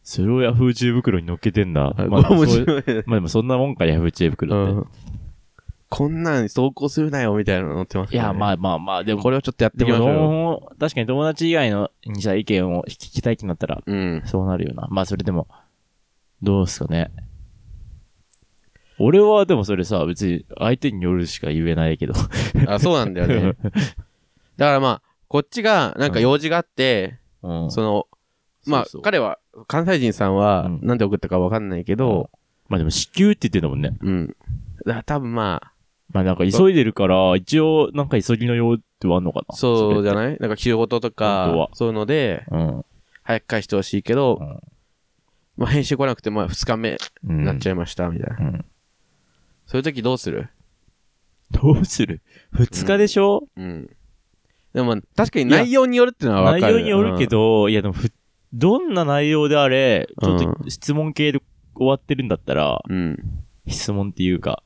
[SPEAKER 1] それをヤフー知恵袋に乗っけてんだ。まあ、
[SPEAKER 2] これ面
[SPEAKER 1] そう
[SPEAKER 2] 白い ね
[SPEAKER 1] まあでもそんなもんか、ヤフー知恵袋って。
[SPEAKER 2] うんこんなん投稿するなよ、みたいなの載ってます
[SPEAKER 1] いや、
[SPEAKER 2] あ、
[SPEAKER 1] まあまあまあ、でも、
[SPEAKER 2] これをちょっとやって
[SPEAKER 1] で
[SPEAKER 2] みま
[SPEAKER 1] も
[SPEAKER 2] しょうよ。
[SPEAKER 1] 友確かに友達以外のにさ、意見を聞きたいってなったら、
[SPEAKER 2] うん。
[SPEAKER 1] そうなるよな。まあ、それでも、どうすかね。俺はでもそれさ、別に相手によるしか言えないけど。
[SPEAKER 2] あ、そうなんだ よね。だからまあ、こっちが、なんか用事があって、
[SPEAKER 1] うん。
[SPEAKER 2] その、まあ
[SPEAKER 1] そうそう、
[SPEAKER 2] 彼は、関西人さんは
[SPEAKER 1] う、ん
[SPEAKER 2] なんで送ったかわかんないけど、
[SPEAKER 1] まあでも、支給って言ってんだもんね。
[SPEAKER 2] うん。だから多分ま
[SPEAKER 1] まあなんか急いでるから、一応、なんか急ぎの用ってはあんのか
[SPEAKER 2] あ、
[SPEAKER 1] な。
[SPEAKER 2] そうじゃ
[SPEAKER 1] い
[SPEAKER 2] ないなんか、仕事と
[SPEAKER 1] 本当は
[SPEAKER 2] か、そういうので、
[SPEAKER 1] うん。
[SPEAKER 2] 早く返してほしいけど、
[SPEAKER 1] うん
[SPEAKER 2] まあ、返信来なくて、まあ、2日目
[SPEAKER 1] うん
[SPEAKER 2] になっちゃいました、みたいな。
[SPEAKER 1] うん
[SPEAKER 2] そういう時どうする
[SPEAKER 1] どうする二日でしょ、
[SPEAKER 2] うん。でも、確かに内容によるっていうのはわか
[SPEAKER 1] 内容
[SPEAKER 2] る。
[SPEAKER 1] によるけど、いやでもふ、どんな内容であれ、ちょっ
[SPEAKER 2] う
[SPEAKER 1] と質問系で終わってるんだったら、
[SPEAKER 2] うん、
[SPEAKER 1] 質問っていうか、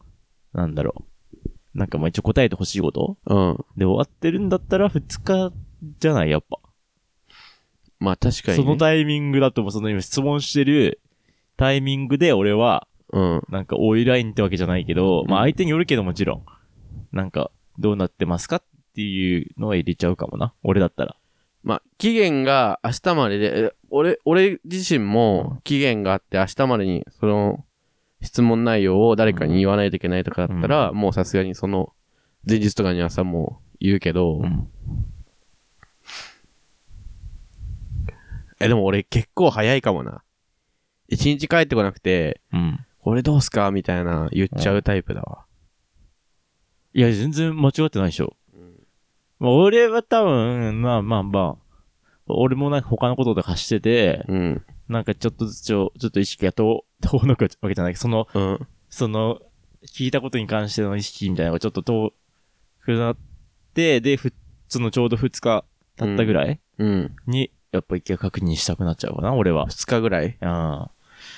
[SPEAKER 1] なんだろう。なんかまあ一応答えてほしいこと
[SPEAKER 2] うん。うん。
[SPEAKER 1] で終わってるんだったら2日じゃないやっぱ。
[SPEAKER 2] まあ、確かに、
[SPEAKER 1] そ
[SPEAKER 2] ね。
[SPEAKER 1] のタイミングだともうその今質問してるタイミングで俺は、
[SPEAKER 2] うん。
[SPEAKER 1] なんかオイラインってわけじゃないけど、まあ相手によるけどもちろん、なんかどうなってますかっていうのは入れちゃうかもな。俺だったら。
[SPEAKER 2] まあ、期限が明日までで、え俺、俺自身
[SPEAKER 1] う
[SPEAKER 2] も期限があって明日までにその質問内容を誰かに言わないといけないとかだったら、もうさすがにその前日とかにはさ、もう言うけど、
[SPEAKER 1] うん。
[SPEAKER 2] え、でも俺結構早いかもな。一日帰ってこなくて、
[SPEAKER 1] うん。
[SPEAKER 2] 俺どうすかみたいな言っちゃうタイプだわ。
[SPEAKER 1] いや、全然間違ってないでしょ。まあ、俺は多分、まあまあまあ、俺もなんか他のことで貸してて、
[SPEAKER 2] うん。
[SPEAKER 1] なんかちょっとずつちょ、ちょっと意識が遠、 遠のくわけじゃないけど、その、
[SPEAKER 2] うん。
[SPEAKER 1] その、聞いたことに関しての意識みたいなのがちょっと遠くなって、で、ふ、そのちょうど2日経ったぐらい
[SPEAKER 2] うん。
[SPEAKER 1] に、やっぱ一回確認したくなっちゃうかな、俺は。
[SPEAKER 2] 二日ぐらい。
[SPEAKER 1] あ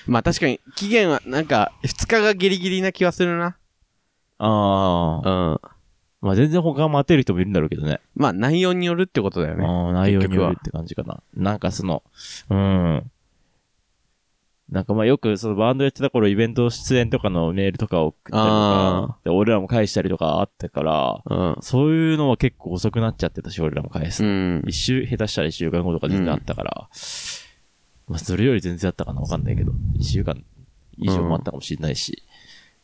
[SPEAKER 2] まあ確かに期限はなんか二日がギリギリな気はするな。
[SPEAKER 1] あ
[SPEAKER 2] う
[SPEAKER 1] ー。
[SPEAKER 2] ん。
[SPEAKER 1] まあ全然他待てる人もいるんだろうけどね。
[SPEAKER 2] まあ内容によるってことだよね。
[SPEAKER 1] ああ、内容に
[SPEAKER 2] 結局
[SPEAKER 1] よ
[SPEAKER 2] は
[SPEAKER 1] るって感じかな。なんかその、うん。なんかまあよくそのバンドやってた頃イベント出演とかのメールとかを送ったりとか
[SPEAKER 2] あ、
[SPEAKER 1] で俺らも返したりとかあったから、
[SPEAKER 2] うん。
[SPEAKER 1] そういうのは結構遅くなっちゃってたし、俺らも返す
[SPEAKER 2] う
[SPEAKER 1] の。
[SPEAKER 2] ん。
[SPEAKER 1] 一週、下手したら一週間後とか全然あったから、まあそれより全然あったかなわかんないけど、一週間以上もあったかもしれないし、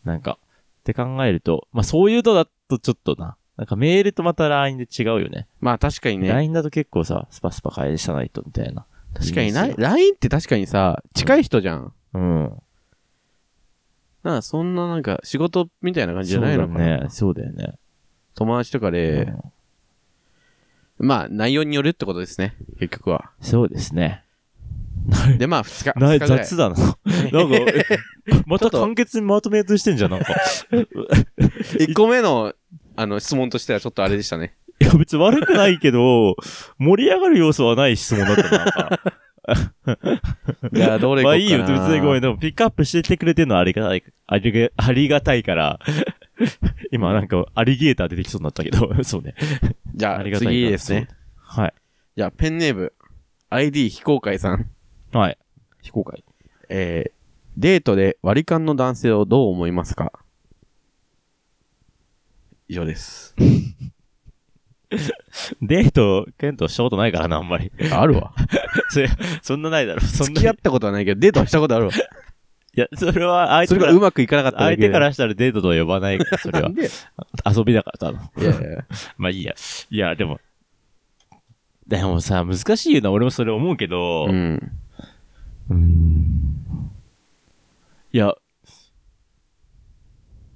[SPEAKER 1] なんか、って考えると、まあそういうのだとちょっとな、なんかメールとまた LINE で違うよね。
[SPEAKER 2] まあ確かにね。
[SPEAKER 1] LINE だと結構さ、スパスパ返さないとみたいな。
[SPEAKER 2] 確かに
[SPEAKER 1] な
[SPEAKER 2] な、LINE って確かにさ、近い人じゃん。
[SPEAKER 1] うん。
[SPEAKER 2] なんかそんななんか仕事みたいな感じじ
[SPEAKER 1] そ
[SPEAKER 2] ゃ
[SPEAKER 1] う
[SPEAKER 2] ない
[SPEAKER 1] だ
[SPEAKER 2] のかな。
[SPEAKER 1] ね。そうだよね。
[SPEAKER 2] 友達とかで、
[SPEAKER 1] うん
[SPEAKER 2] まあ内容によるってことですね。結局は。
[SPEAKER 1] そうですね。
[SPEAKER 2] でまあ2日。
[SPEAKER 1] な
[SPEAKER 2] 二
[SPEAKER 1] い、
[SPEAKER 2] 日ぐらい
[SPEAKER 1] 雑 だな。なんか、えまた簡潔にまとめようとしてんじゃん、なんか。
[SPEAKER 2] 1個目の、あの、質問としてはちょっとあれでしたね。
[SPEAKER 1] いや、別に悪くないけど、盛り上がる要素はない質問だったな、なんか。
[SPEAKER 2] いや、どれ
[SPEAKER 1] まあ
[SPEAKER 2] 行こうかな。
[SPEAKER 1] いいよ、別にごめん。でもピックアップしてってくれてるのはありがたい、ありがありがたいから。 今なんか、アリゲーター出てきそうになったけど、 そうね。
[SPEAKER 2] じゃ
[SPEAKER 1] あ
[SPEAKER 2] あ
[SPEAKER 1] りがたいから
[SPEAKER 2] 次ですね。。
[SPEAKER 1] そうはい。
[SPEAKER 2] じゃあペンネーム、ID 非公開さん。
[SPEAKER 1] はい。非公開。
[SPEAKER 2] えー、デートで割り勘の男性をどう思いますか以上です。
[SPEAKER 1] デート、ケントしたことないからな、あんまり。
[SPEAKER 2] あるわ。
[SPEAKER 1] それそんなないだろ。そん
[SPEAKER 2] 付
[SPEAKER 1] な。
[SPEAKER 2] き合ったことはないけど、デートはしたこと あるわ。
[SPEAKER 1] いや、それは相
[SPEAKER 2] そ
[SPEAKER 1] 手か
[SPEAKER 2] れが
[SPEAKER 1] ら
[SPEAKER 2] う、まくいかなかっただ
[SPEAKER 1] 相
[SPEAKER 2] けで
[SPEAKER 1] 手からしたらデートとは呼ばない、それ
[SPEAKER 2] な
[SPEAKER 1] は
[SPEAKER 2] ん。で
[SPEAKER 1] 遊びだから、多分。
[SPEAKER 2] いやいやいや
[SPEAKER 1] まあいいや。いや、でも。でもさ、難しいよな、俺もそれ思うけど。
[SPEAKER 2] うん。
[SPEAKER 1] うーんいや、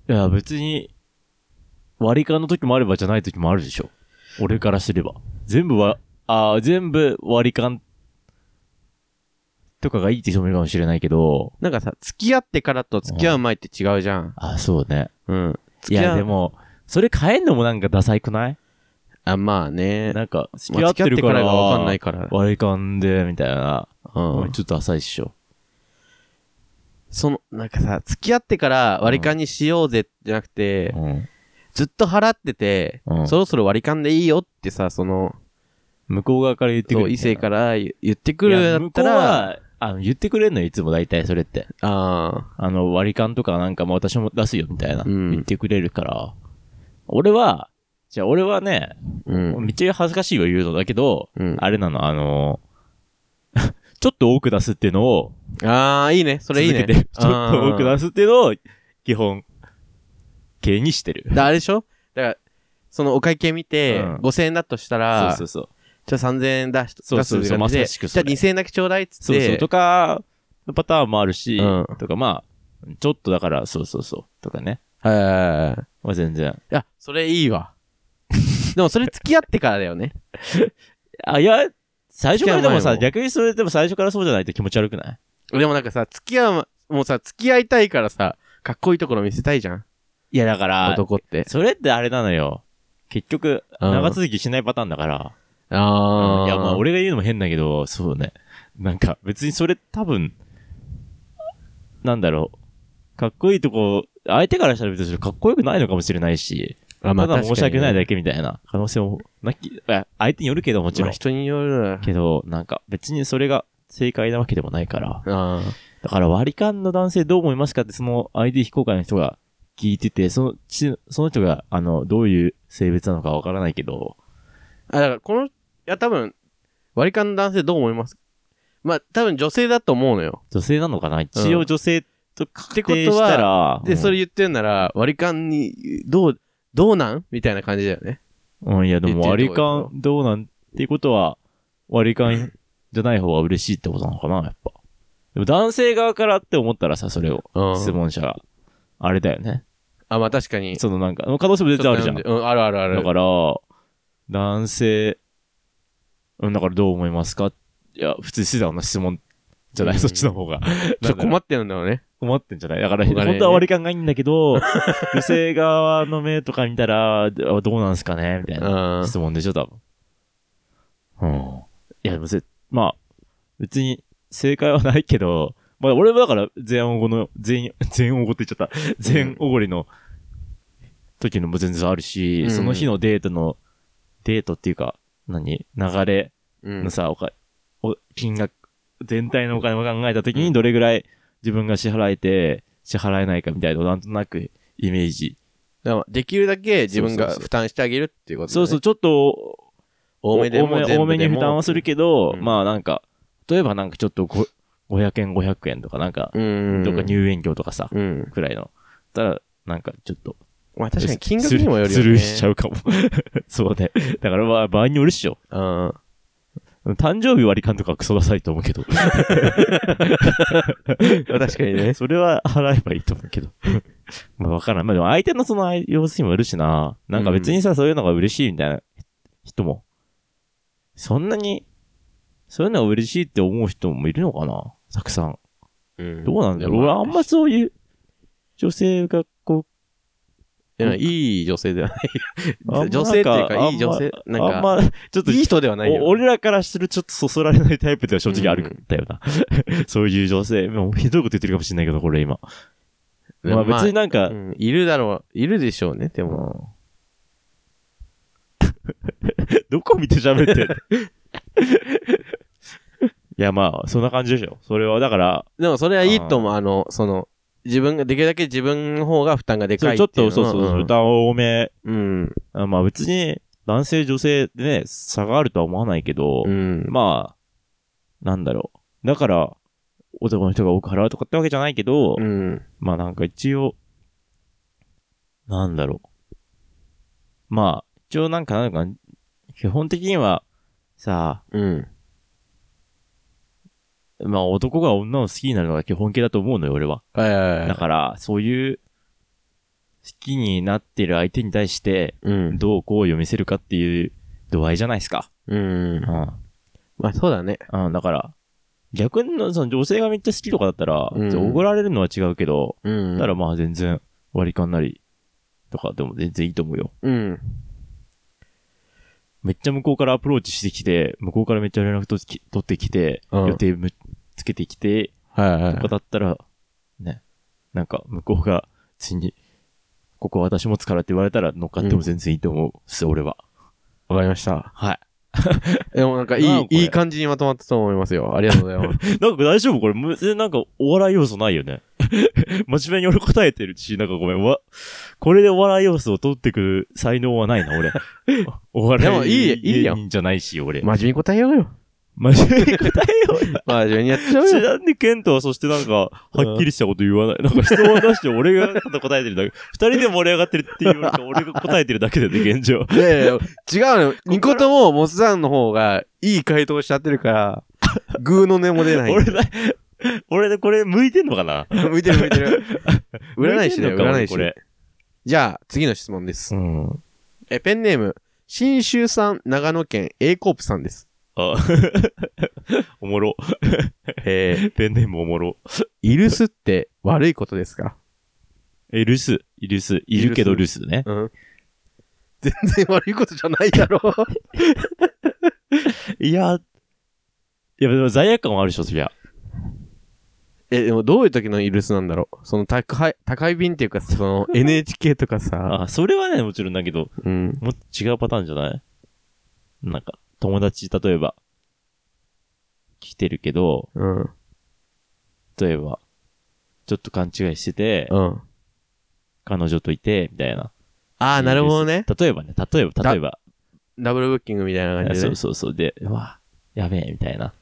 [SPEAKER 1] いや別に、割り勘の時もあればじゃない時もあるでしょ。俺からすれば。全部は、あー全部割り勘とかがいいって人もいるかもしれないけど、
[SPEAKER 2] なんかさ、付き合ってからと付き合う前って違うじゃん。
[SPEAKER 1] あーそうね。
[SPEAKER 2] うん。
[SPEAKER 1] い
[SPEAKER 2] 付き合
[SPEAKER 1] や、
[SPEAKER 2] う。
[SPEAKER 1] でも、それ変えんのもなんかダサいくない
[SPEAKER 2] あ、まあね。
[SPEAKER 1] なんか、付
[SPEAKER 2] ま
[SPEAKER 1] き合
[SPEAKER 2] あ
[SPEAKER 1] ってるから、
[SPEAKER 2] がわかんないから。
[SPEAKER 1] 割り勘で、みたいな。
[SPEAKER 2] うん。
[SPEAKER 1] ちょっと浅いっしょ。
[SPEAKER 2] その、なんかさ、付き合ってから割り勘にしようぜじゃなくて、
[SPEAKER 1] うん
[SPEAKER 2] ずっと払ってて、
[SPEAKER 1] うん
[SPEAKER 2] そろそろ割り勘でいいよってさ、その、
[SPEAKER 1] 向こう側から言ってく
[SPEAKER 2] そう
[SPEAKER 1] るみ
[SPEAKER 2] 異
[SPEAKER 1] たい
[SPEAKER 2] 性
[SPEAKER 1] な。
[SPEAKER 2] から言言ってくる
[SPEAKER 1] い
[SPEAKER 2] ん
[SPEAKER 1] や
[SPEAKER 2] だっ
[SPEAKER 1] 向
[SPEAKER 2] た
[SPEAKER 1] こう
[SPEAKER 2] ら、あ
[SPEAKER 1] は、あの、言ってくれんのよいつも大体それって。
[SPEAKER 2] あ
[SPEAKER 1] あの、割り勘とかなんかも私も出すよみたいな。
[SPEAKER 2] うん
[SPEAKER 1] 言ってくれるから。俺は、じゃあ俺はね、
[SPEAKER 2] ー、うん。
[SPEAKER 1] めっちゃ恥ずかしいよ言うのだけど、
[SPEAKER 2] うん、
[SPEAKER 1] あれなの、あの、 ちょっと多く出すっていうのを、
[SPEAKER 2] ああ、いいね。それいいね。
[SPEAKER 1] 続けてちょっと多く
[SPEAKER 2] あ
[SPEAKER 1] 出すっていうのを、基本、系にしてる
[SPEAKER 2] ー。だあれでしょだから、そのお会計見て、
[SPEAKER 1] うん
[SPEAKER 2] 5000円だとし
[SPEAKER 1] そ
[SPEAKER 2] た
[SPEAKER 1] う
[SPEAKER 2] ら、
[SPEAKER 1] そうそう。
[SPEAKER 2] じゃあ3000円出し
[SPEAKER 1] そう
[SPEAKER 2] 出
[SPEAKER 1] そうそ
[SPEAKER 2] す
[SPEAKER 1] う
[SPEAKER 2] って感じ
[SPEAKER 1] ま
[SPEAKER 2] で、
[SPEAKER 1] さしく
[SPEAKER 2] じ
[SPEAKER 1] そ
[SPEAKER 2] ゃ
[SPEAKER 1] れ
[SPEAKER 2] あ2000円だけちょうだいっつって、
[SPEAKER 1] そうそう。とか、のパターンもあるし、
[SPEAKER 2] うん
[SPEAKER 1] とかまあ、ちょっとだから、そうそうそう。とかね。
[SPEAKER 2] はいはいはいはい
[SPEAKER 1] まあ全然。
[SPEAKER 2] いや、それいい わ。でもそれ付き合ってからだよね。
[SPEAKER 1] あ、いや、最初からでも
[SPEAKER 2] 付き合う前
[SPEAKER 1] さ、
[SPEAKER 2] も
[SPEAKER 1] 逆にそれでも最初からそうじゃないと気持ち悪くない
[SPEAKER 2] でもなんかさ、付き合う、もうさ、付き合いたいからさ、かっこいいところ見せたいじゃん。
[SPEAKER 1] いや、だから、
[SPEAKER 2] 男って。
[SPEAKER 1] それってあれなのよ。結局、
[SPEAKER 2] うん
[SPEAKER 1] 長続きしないパターンだから。
[SPEAKER 2] あ
[SPEAKER 1] いや、まあ、俺が言うのも変だけど、そうね。なんか、別にそれ多分、なんだろう。かっこいいとこ、相手からしたら別にそれかっこよくないのかもしれないし、
[SPEAKER 2] あまあ
[SPEAKER 1] ただ申し訳ないだ
[SPEAKER 2] け
[SPEAKER 1] けみたいな可能性もなき、あ相手によるけどもちろん。
[SPEAKER 2] 人によるな。
[SPEAKER 1] けど、なんか別にそれが正解なわけでもないから。
[SPEAKER 2] あ
[SPEAKER 1] だから割り勘の男性どう思いますかってその ID 非公開の人が聞いてて、そのち、その人が、あの、どういう性別なのかわからないけど、
[SPEAKER 2] あ。だから、この、いや、多分、割り勘の男性どう思いますまあ、多分女性だと思うのよ。
[SPEAKER 1] 女性なのかな一応女性と確定したら、
[SPEAKER 2] で、
[SPEAKER 1] うん
[SPEAKER 2] それ言ってるなら、割り勘に、どう、どうなんみたいな感じだよね。
[SPEAKER 1] うん、いやでも
[SPEAKER 2] 言って
[SPEAKER 1] 割
[SPEAKER 2] る
[SPEAKER 1] り
[SPEAKER 2] とこだけど
[SPEAKER 1] 勘どうなんていうことは、割り勘じゃない方が嬉しいってことなのかなやっぱ。でも男性側からって思ったらさ、それを、
[SPEAKER 2] うん
[SPEAKER 1] 質問者が。あれだよね。
[SPEAKER 2] あ、まあ確かに。
[SPEAKER 1] そのなんか、可能性も全然あるじゃん
[SPEAKER 2] ちょっ。となんでうん、あるあるある。
[SPEAKER 1] だから、男性、うん、だからどう思いますかいや、普通素直な質問じゃない、
[SPEAKER 2] うん
[SPEAKER 1] そっちの 方が。
[SPEAKER 2] ちょっと困
[SPEAKER 1] っ
[SPEAKER 2] ってるんだろうね。
[SPEAKER 1] 困ってんじゃないだから、
[SPEAKER 2] お金ね。
[SPEAKER 1] 本当は割り勘がいいんだけど、 女性側の目とか見たら、あどうなんすかねみたいうなん質問でしょ、多分。うん。いや、でもせ、まあ、別に正解はないけど、まあ、俺もだから、全おごの、 全、全おごって言っちゃった。全おごりの時のも全然あるし、
[SPEAKER 2] うん
[SPEAKER 1] その日のデートの、デートっていうか、何流れ
[SPEAKER 2] うん
[SPEAKER 1] の。さ、おか、お、金額、全体のお金を考えた時にどれぐらい自分が支払えて、支払えないかみたいな、なんとなくイメージ。
[SPEAKER 2] だからできるだけ自分
[SPEAKER 1] そうそう
[SPEAKER 2] が
[SPEAKER 1] そう
[SPEAKER 2] 負担してあげるっていうことだ
[SPEAKER 1] そ
[SPEAKER 2] よ
[SPEAKER 1] う
[SPEAKER 2] ね
[SPEAKER 1] そう、ちょっと、
[SPEAKER 2] 多めでも全部でも
[SPEAKER 1] 多めに負担はするけど、
[SPEAKER 2] うん
[SPEAKER 1] まあなんか、例えばなんかちょっとご500円、500円とかなんか、
[SPEAKER 2] うん
[SPEAKER 1] とか入園料とかさ、
[SPEAKER 2] うん。
[SPEAKER 1] くらいの。たら、なんかちょっと。
[SPEAKER 2] まあ確かに金額にもよるよね。
[SPEAKER 1] スルーしちゃうかも。 そうね。だからまあ場合によるっしょ。
[SPEAKER 2] うん。
[SPEAKER 1] 誕生日割り勘とかはクソダサいと思う けど。
[SPEAKER 2] 確かにね。
[SPEAKER 1] それは払えばいいと思うけど。まあわからん。まあでも相手のその様子にもよるしな。なんか別にさ、そういうのが嬉しいみたいな人も。そんなに、そういうのが嬉しいって思う人もいるのかなたくさん。どうなんだろう。俺あんまそういう女性がこ
[SPEAKER 2] でもいい女性ではな
[SPEAKER 1] う、あんまなん
[SPEAKER 2] い。 女性っていうか、いい女性。
[SPEAKER 1] あん
[SPEAKER 2] なん
[SPEAKER 1] ま
[SPEAKER 2] か、
[SPEAKER 1] あんま、ちょっと
[SPEAKER 2] いい人ではない
[SPEAKER 1] お
[SPEAKER 2] よ。
[SPEAKER 1] 俺らからするちょっとそそられないタイプでは正直ある
[SPEAKER 2] うん
[SPEAKER 1] んだよな。 そういう女性。もうひどいこと言ってるかもしれないけど、これ今。まあ別に
[SPEAKER 2] な
[SPEAKER 1] なんか、
[SPEAKER 2] いるだろう。いるでしょうね、でも。
[SPEAKER 1] どこ見て喋ってんの いや、まあ、そんな感じでしょ。それは、だから、
[SPEAKER 2] でもそれはいいと思う。あの、その、自分が、できるだけ自分の方が負担がで
[SPEAKER 1] そ
[SPEAKER 2] か
[SPEAKER 1] れ
[SPEAKER 2] い
[SPEAKER 1] ちょっ
[SPEAKER 2] ってい
[SPEAKER 1] と、
[SPEAKER 2] う
[SPEAKER 1] そうそうそう、
[SPEAKER 2] のは
[SPEAKER 1] 歌多め。
[SPEAKER 2] うん。
[SPEAKER 1] あまあ別に、男性、女性でね、差があるとは思わないけど、
[SPEAKER 2] うん。
[SPEAKER 1] まあ、なんだろう。だから、男の人が多く払うとかってわけじゃないけど、
[SPEAKER 2] うん。
[SPEAKER 1] まあなんか一応、なんだろう。まあ、一応なんかなんか、基本的には、さ
[SPEAKER 2] うん。
[SPEAKER 1] まあ男が女を好きになるのが基本形だと思うのよ、俺は。
[SPEAKER 2] はいはいはい
[SPEAKER 1] だから、そういう、好きになってる相手に対して、
[SPEAKER 2] うん。
[SPEAKER 1] どう好意を見せるかっていう度合いじゃないですか。
[SPEAKER 2] うん。
[SPEAKER 1] うん。
[SPEAKER 2] まあそうだね。
[SPEAKER 1] うん、だから、逆にその女性がめっちゃ好きとかだったら、
[SPEAKER 2] うん
[SPEAKER 1] おごられるのは違うけど、
[SPEAKER 2] うん。
[SPEAKER 1] だからまあ全然割り勘なりとかでも全然いいと思うよ。
[SPEAKER 2] うん。
[SPEAKER 1] めっちゃ向こうからアプローチしてきて、向こうからめっちゃ連絡とき取ってきて、
[SPEAKER 2] うん
[SPEAKER 1] 予定むつけてきて、
[SPEAKER 2] はいはい
[SPEAKER 1] とかだったら、ね、なんか向こうが別に、ここ私持つからって言われたら乗っかっても全然いいと思うっす、俺は。
[SPEAKER 2] わかりました。
[SPEAKER 1] はい。
[SPEAKER 2] でもなんかい
[SPEAKER 1] なん
[SPEAKER 2] い
[SPEAKER 1] こ、れ
[SPEAKER 2] いい感じにまとまったと思いますよ。ありがとうございます。
[SPEAKER 1] なんか大丈夫これ、む全然なんかお笑い要素ないよね。 真面目に俺答えてるし、なんかごめん。わ、これでお笑い要素を取ってくる才能はないな、 俺。お笑い
[SPEAKER 2] でもいいいいよ
[SPEAKER 1] 芸人じゃないし、俺。
[SPEAKER 2] 真面目に答えようよ。
[SPEAKER 1] 真面目に答えようよ。
[SPEAKER 2] 真面目にやっちゃおう
[SPEAKER 1] ち
[SPEAKER 2] よ。
[SPEAKER 1] なんでケントはそしてなんか、はっきりしたこと言わない。なんか質問出して俺がただ答えてるだけ。二人で盛り上がってるっていうよりか俺が答えてるだけだよね、現状。
[SPEAKER 2] いやいや、 違うのよ。ニコともモスさんの方がいい回答しちゃってるから、グーの音も出ない。
[SPEAKER 1] 俺だ、俺でこれ向いてんのかな
[SPEAKER 2] 向いてる向いて る。占い師だ
[SPEAKER 1] 向
[SPEAKER 2] よ、
[SPEAKER 1] てんのか
[SPEAKER 2] 占
[SPEAKER 1] 俺
[SPEAKER 2] い
[SPEAKER 1] こ
[SPEAKER 2] 師。
[SPEAKER 1] れ。
[SPEAKER 2] じゃあ、次の質問です。
[SPEAKER 1] うん。
[SPEAKER 2] え、ペンネーム、新州産長野県 A コープさんです。
[SPEAKER 1] あ、 おもろ。
[SPEAKER 2] えー、
[SPEAKER 1] ペンネームおもろ。
[SPEAKER 2] イルスって悪いことですか
[SPEAKER 1] え、留守、留守、いるけど留守ね。
[SPEAKER 2] うん。全然悪いことじゃないだろ。
[SPEAKER 1] いや、いや、でも罪悪感はあるでしょ、そりゃ。
[SPEAKER 2] え、でもどういう時のイルスなんだろうその高い、高い便っていうか、そ の NHK とかさ、
[SPEAKER 1] あ、それはね、もちろんだけど、
[SPEAKER 2] うん。
[SPEAKER 1] もっと違うパターンじゃないなんか、友達、例えば、来てるけど、
[SPEAKER 2] うん。
[SPEAKER 1] 例えば、ちょっと勘違いしてて、
[SPEAKER 2] うん。
[SPEAKER 1] 彼女といて、みたいな。
[SPEAKER 2] ああ、なるほどね。
[SPEAKER 1] 例えばね、例えば、
[SPEAKER 2] だ
[SPEAKER 1] 例えば、
[SPEAKER 2] ダブルブッキングみたいな感じ
[SPEAKER 1] そ
[SPEAKER 2] で、
[SPEAKER 1] う
[SPEAKER 2] ね。
[SPEAKER 1] そうそう、で、うわ、やべえ、みたいな。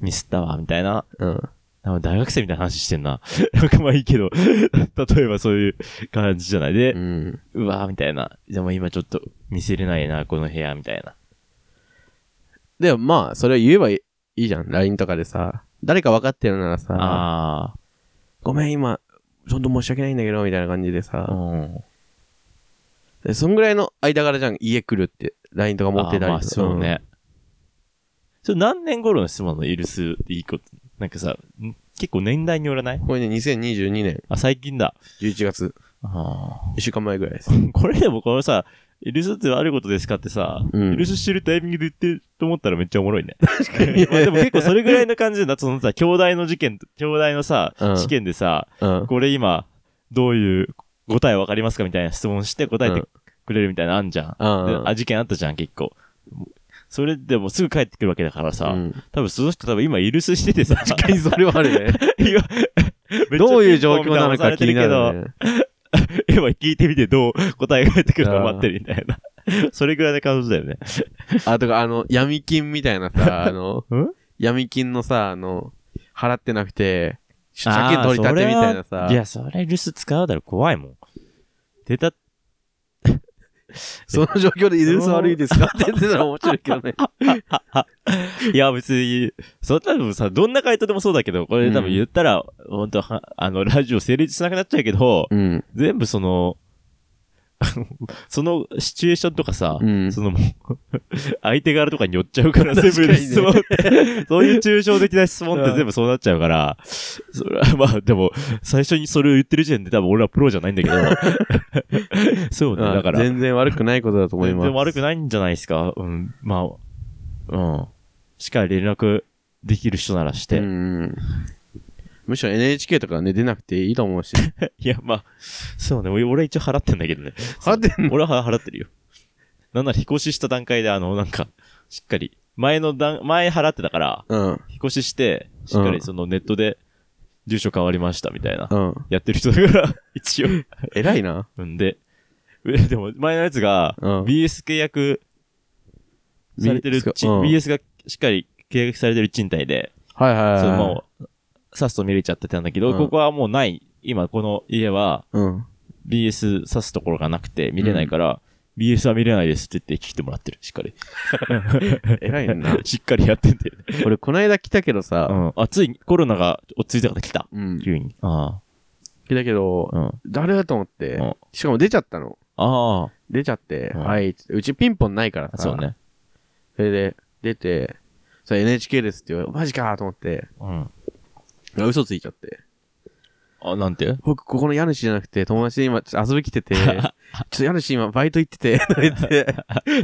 [SPEAKER 1] ミスったわ、みたいな。
[SPEAKER 2] うん。
[SPEAKER 1] なんか大学生みたいな話してんな。 なんかまあいいけど、 例えばそういう感じじゃない。で
[SPEAKER 2] う、ん。
[SPEAKER 1] うわーみたいな。でも今ちょっと見せれないな、この部屋みたいな。
[SPEAKER 2] でもまあ、それを言えばいいいいじゃん。LINE とかでさ、誰か分かってるならさ、
[SPEAKER 1] あ
[SPEAKER 2] ごめん、今、ちょっと申し訳ないんだけど、みたいな感じで
[SPEAKER 1] あー、
[SPEAKER 2] さ、
[SPEAKER 1] うん。
[SPEAKER 2] でそんぐらいの間柄じゃん。家来るって、LINE とか持ってた
[SPEAKER 1] あー
[SPEAKER 2] り
[SPEAKER 1] まあそうね。それ何年頃の質問のイルスっていいことなんかさ、ん結構年代によらない
[SPEAKER 2] うんこれね、2022年
[SPEAKER 1] あ、最近だ。
[SPEAKER 2] 11月、
[SPEAKER 1] あ
[SPEAKER 2] 1週間前ぐらいです。
[SPEAKER 1] ーこれでもこのさ、イルスって悪いことですかってさ、
[SPEAKER 2] うん
[SPEAKER 1] イルスしてるタイミングで言ってると思ったらめっちゃおもろいね。確かでも結構それぐらいの感じだ。そのさ、兄弟の事件、兄弟のさ、
[SPEAKER 2] うん
[SPEAKER 1] 事件でさ、
[SPEAKER 2] うん。
[SPEAKER 1] これ今、どういう答えわかりますかみたいな質問して答え
[SPEAKER 2] う
[SPEAKER 1] て
[SPEAKER 2] ん
[SPEAKER 1] くれるみたいなのあんじゃん。
[SPEAKER 2] うん
[SPEAKER 1] であ、事件あったじゃん、結構。それでもすぐ帰ってくるわけだからさ、
[SPEAKER 2] うん
[SPEAKER 1] 多分その人多分今イルスして てさ、
[SPEAKER 2] 確かにそれはある ね。
[SPEAKER 1] 今
[SPEAKER 2] どういう状況なのか気になる、
[SPEAKER 1] めっちゃピンポンみたいのされてるけ
[SPEAKER 2] ね。
[SPEAKER 1] ど今聞いてみてどう答えが返ってくるのを待ってるみたいな。 それぐらいの感じだよね。
[SPEAKER 2] あ、とか、あの、闇金みたいな さ、あの
[SPEAKER 1] ん、
[SPEAKER 2] 闇金のさ、あの、払ってなくて、借金取り立てみたいな
[SPEAKER 1] あーそれ
[SPEAKER 2] さ
[SPEAKER 1] はい、や、それイルス使うだろ、怖いもん。出た、
[SPEAKER 2] その状況でイルス悪いですかって言ってたら面白いけどね。
[SPEAKER 1] いや、別に、そんなのさ、どんな回答でもそうだけど、これ多分言ったら、本当は、あの、ラジオ成立しなくなっ ちゃうけど、
[SPEAKER 2] うん。
[SPEAKER 1] 全部その、 そのシチュエーションとかさ、
[SPEAKER 2] うん
[SPEAKER 1] その もう、相手側とかに寄っちゃうから、
[SPEAKER 2] 確
[SPEAKER 1] 全
[SPEAKER 2] かに
[SPEAKER 1] 部
[SPEAKER 2] ね
[SPEAKER 1] 質問って、 そういう抽象的な質問って全部そうなっちゃうから、 それはまあでも、最初にそれを言ってる時点で多分俺はプロじゃないんだけど、 そうね、だから。
[SPEAKER 2] 全然悪くないことだと思います。
[SPEAKER 1] 全然悪くないんじゃないですか。うん。まあ、うん。しっかり連絡できる人ならして。
[SPEAKER 2] うん。むしろ NHK とかね、出なくていいと思うし。
[SPEAKER 1] いや、まあ、そうね。俺俺一応払ってんだけどね。
[SPEAKER 2] 払ってんの
[SPEAKER 1] 俺は払ってるよ。なんなら引っ越しした段階で、あの、なんか、しっかり前の段、前払ってたから、
[SPEAKER 2] うん。
[SPEAKER 1] 引っ越しして、しっか
[SPEAKER 2] うん
[SPEAKER 1] りそのネットで、住所変わりましたみたいな。
[SPEAKER 2] うん。
[SPEAKER 1] やってる人だから、 一応。
[SPEAKER 2] 偉いな。
[SPEAKER 1] うんで、えでも前のやつが、
[SPEAKER 2] うん
[SPEAKER 1] BS 契約されてる
[SPEAKER 2] BS か
[SPEAKER 1] ち、
[SPEAKER 2] うん
[SPEAKER 1] BS がしっかり契約されてる賃貸で、
[SPEAKER 2] はいはいはい。
[SPEAKER 1] それもう、サスと見れちゃってたんだけど、
[SPEAKER 2] うん
[SPEAKER 1] ここはもうない。今この家は
[SPEAKER 2] う。うん。
[SPEAKER 1] BS サスところがなくて見れないから、BS は見れないですって言って来てもらってる、しっかり。
[SPEAKER 2] 偉いな
[SPEAKER 1] しっかりやってて。
[SPEAKER 2] 俺、この間来たけど
[SPEAKER 1] う
[SPEAKER 2] さ、
[SPEAKER 1] ん。あ、ついにコロナが落ち着いたから来た。
[SPEAKER 2] うん。来
[SPEAKER 1] 急に。あ
[SPEAKER 2] たけど
[SPEAKER 1] あ。、うん。
[SPEAKER 2] 誰だと思って
[SPEAKER 1] うん、
[SPEAKER 2] しかも出ちゃったの。
[SPEAKER 1] あ
[SPEAKER 2] 出ちゃって、
[SPEAKER 1] うん
[SPEAKER 2] はい、つってうちピンポンないから
[SPEAKER 1] あ。
[SPEAKER 2] さ、
[SPEAKER 1] そうね。
[SPEAKER 2] それで、出て、さ、NHK ですって言われ、マジかーと思って、
[SPEAKER 1] うん。
[SPEAKER 2] 嘘ついちゃって。
[SPEAKER 1] あ、なんて
[SPEAKER 2] 僕、ここの家主じゃなくて、友達で今、ちょっと遊び来てて、ちょっと家主今、バイト行ってて、とか言って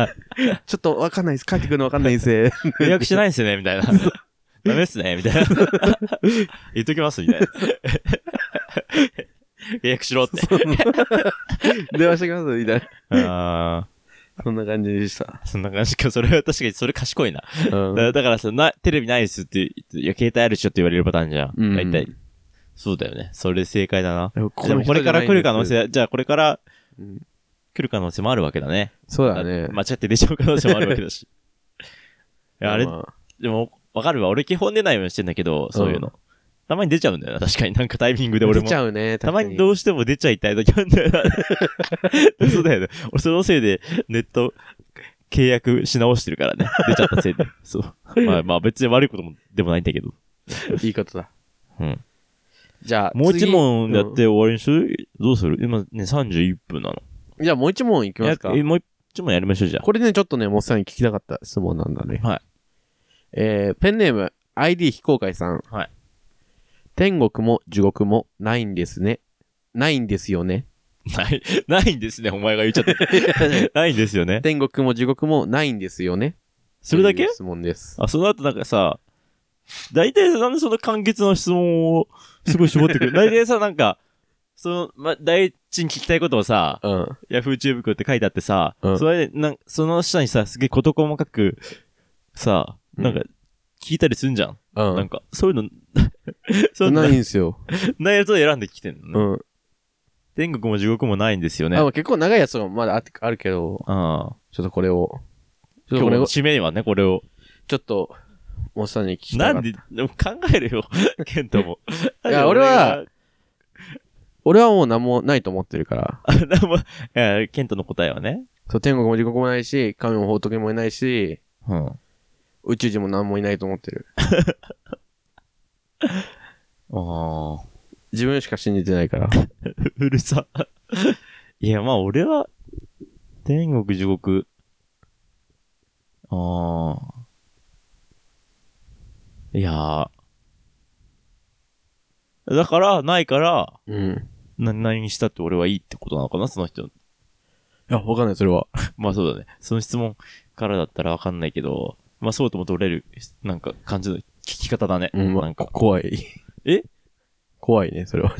[SPEAKER 2] ちょっとわかんないです。帰ってくるのわかんない です。
[SPEAKER 1] 予約してないんすよね、み たいな。ダメっすね、みたいな。 言っときます、みたいな。 予約しろ って。
[SPEAKER 2] 電話してきます、みたいな。
[SPEAKER 1] あ
[SPEAKER 2] そんな感じでした。
[SPEAKER 1] あ、そんな感じか。それは確かに、それ賢いな。だ
[SPEAKER 2] うん
[SPEAKER 1] からだからさ、な、テレビないですって言って、いや、携帯あるっしょって言われるパターンじゃん。
[SPEAKER 2] うん
[SPEAKER 1] 大体。そうだよね。それ正解だな。
[SPEAKER 2] でもこ
[SPEAKER 1] でもこれから来る可能。性、じゃあこれから
[SPEAKER 2] うん
[SPEAKER 1] 来る可能性もあるわけだね。
[SPEAKER 2] そうだね。
[SPEAKER 1] 間違って出ちゃう可能性もあるわけだ し。いやあれ、
[SPEAKER 2] まあ
[SPEAKER 1] でも、わかるわ。俺基本出ないようにしてんだけど、そういうの。
[SPEAKER 2] う
[SPEAKER 1] たまに出ちゃうんだよな。確かになんかタイミングで俺
[SPEAKER 2] 出
[SPEAKER 1] も。
[SPEAKER 2] ちゃうね。
[SPEAKER 1] たまにど
[SPEAKER 2] う
[SPEAKER 1] うしても出ちゃいたい時あるんだよ な。そうだよね。俺そのせいでネット契約し直してるからね。出ちゃったせい で。そう。まあまあ別に悪いこともでもないんだけど。
[SPEAKER 2] いいことだ。
[SPEAKER 1] うん。
[SPEAKER 2] じゃあ、
[SPEAKER 1] もう一
[SPEAKER 2] 次
[SPEAKER 1] 問やって終わりにする、どうする今ね、31分なの。
[SPEAKER 2] うんじゃあもう一問いきますか
[SPEAKER 1] や。えもう一問やりましょうじゃあ。
[SPEAKER 2] これね、ちょっとね、モッさんに聞きたかった質問なんだね。
[SPEAKER 1] はい。
[SPEAKER 2] えー、ペンネーム、ID 非公開さん。
[SPEAKER 1] はい。
[SPEAKER 2] 天国も地獄もないんですね。ないんですよね。
[SPEAKER 1] ない、ないんですね。お前が言っちゃった。 ないんですよね。
[SPEAKER 2] 天国も地獄もないんですよね。
[SPEAKER 1] それだけ
[SPEAKER 2] という質問です。
[SPEAKER 1] あ、その後なんかさ、大体さなんでその簡潔な質問をすごい絞って くる。大体さ、なんか、その、ま、第一に聞きたいことをさ、
[SPEAKER 2] うん。
[SPEAKER 1] ヤフーチューブクって書いてあってさ、
[SPEAKER 2] うん
[SPEAKER 1] それで、なんその下にさ、すげえ事細かく、さ、なんか、聞いたりすんじゃん。
[SPEAKER 2] う
[SPEAKER 1] なん
[SPEAKER 2] ん。
[SPEAKER 1] か、そういうの、 そういう
[SPEAKER 2] な
[SPEAKER 1] の
[SPEAKER 2] いんですよ。
[SPEAKER 1] ないやつを選んできてんのね、
[SPEAKER 2] うん。
[SPEAKER 1] 天国も地獄もないんですよね。
[SPEAKER 2] あ
[SPEAKER 1] あ
[SPEAKER 2] まあ結構長いやつがまだああるけど、
[SPEAKER 1] あ。
[SPEAKER 2] ちょっとこれを。ちょっ
[SPEAKER 1] 今
[SPEAKER 2] とこ
[SPEAKER 1] 日
[SPEAKER 2] れを
[SPEAKER 1] の、締めにはね、これを。
[SPEAKER 2] ちょっと、モッさんに聞きたか
[SPEAKER 1] な
[SPEAKER 2] った
[SPEAKER 1] んで、でも考えるよ、ケントも。
[SPEAKER 2] いや俺は、俺はもう何もないと思ってるから。
[SPEAKER 1] あ、でも、えーケントの答えはね。
[SPEAKER 2] そう、天国も地獄もないし、神も仏もいないし、
[SPEAKER 1] うん。
[SPEAKER 2] 宇宙人も何もいないと思ってる。
[SPEAKER 1] ああ。
[SPEAKER 2] 自分しか信じてないから。
[SPEAKER 1] うるさ。 いや、まあ俺は、天国地獄。ああ。いやーだから、ないから、
[SPEAKER 2] うん。
[SPEAKER 1] な、何にしたって俺はいいってことなのかなその人。
[SPEAKER 2] いや、わかんない、それは。
[SPEAKER 1] まあそうだね。その質問からだったらわかんないけど、まあそうとも取れる、なんか感じの聞き方だね。
[SPEAKER 2] うん、ま
[SPEAKER 1] なん
[SPEAKER 2] あ、こ
[SPEAKER 1] か。
[SPEAKER 2] 怖い。
[SPEAKER 1] え
[SPEAKER 2] 怖いね、それは。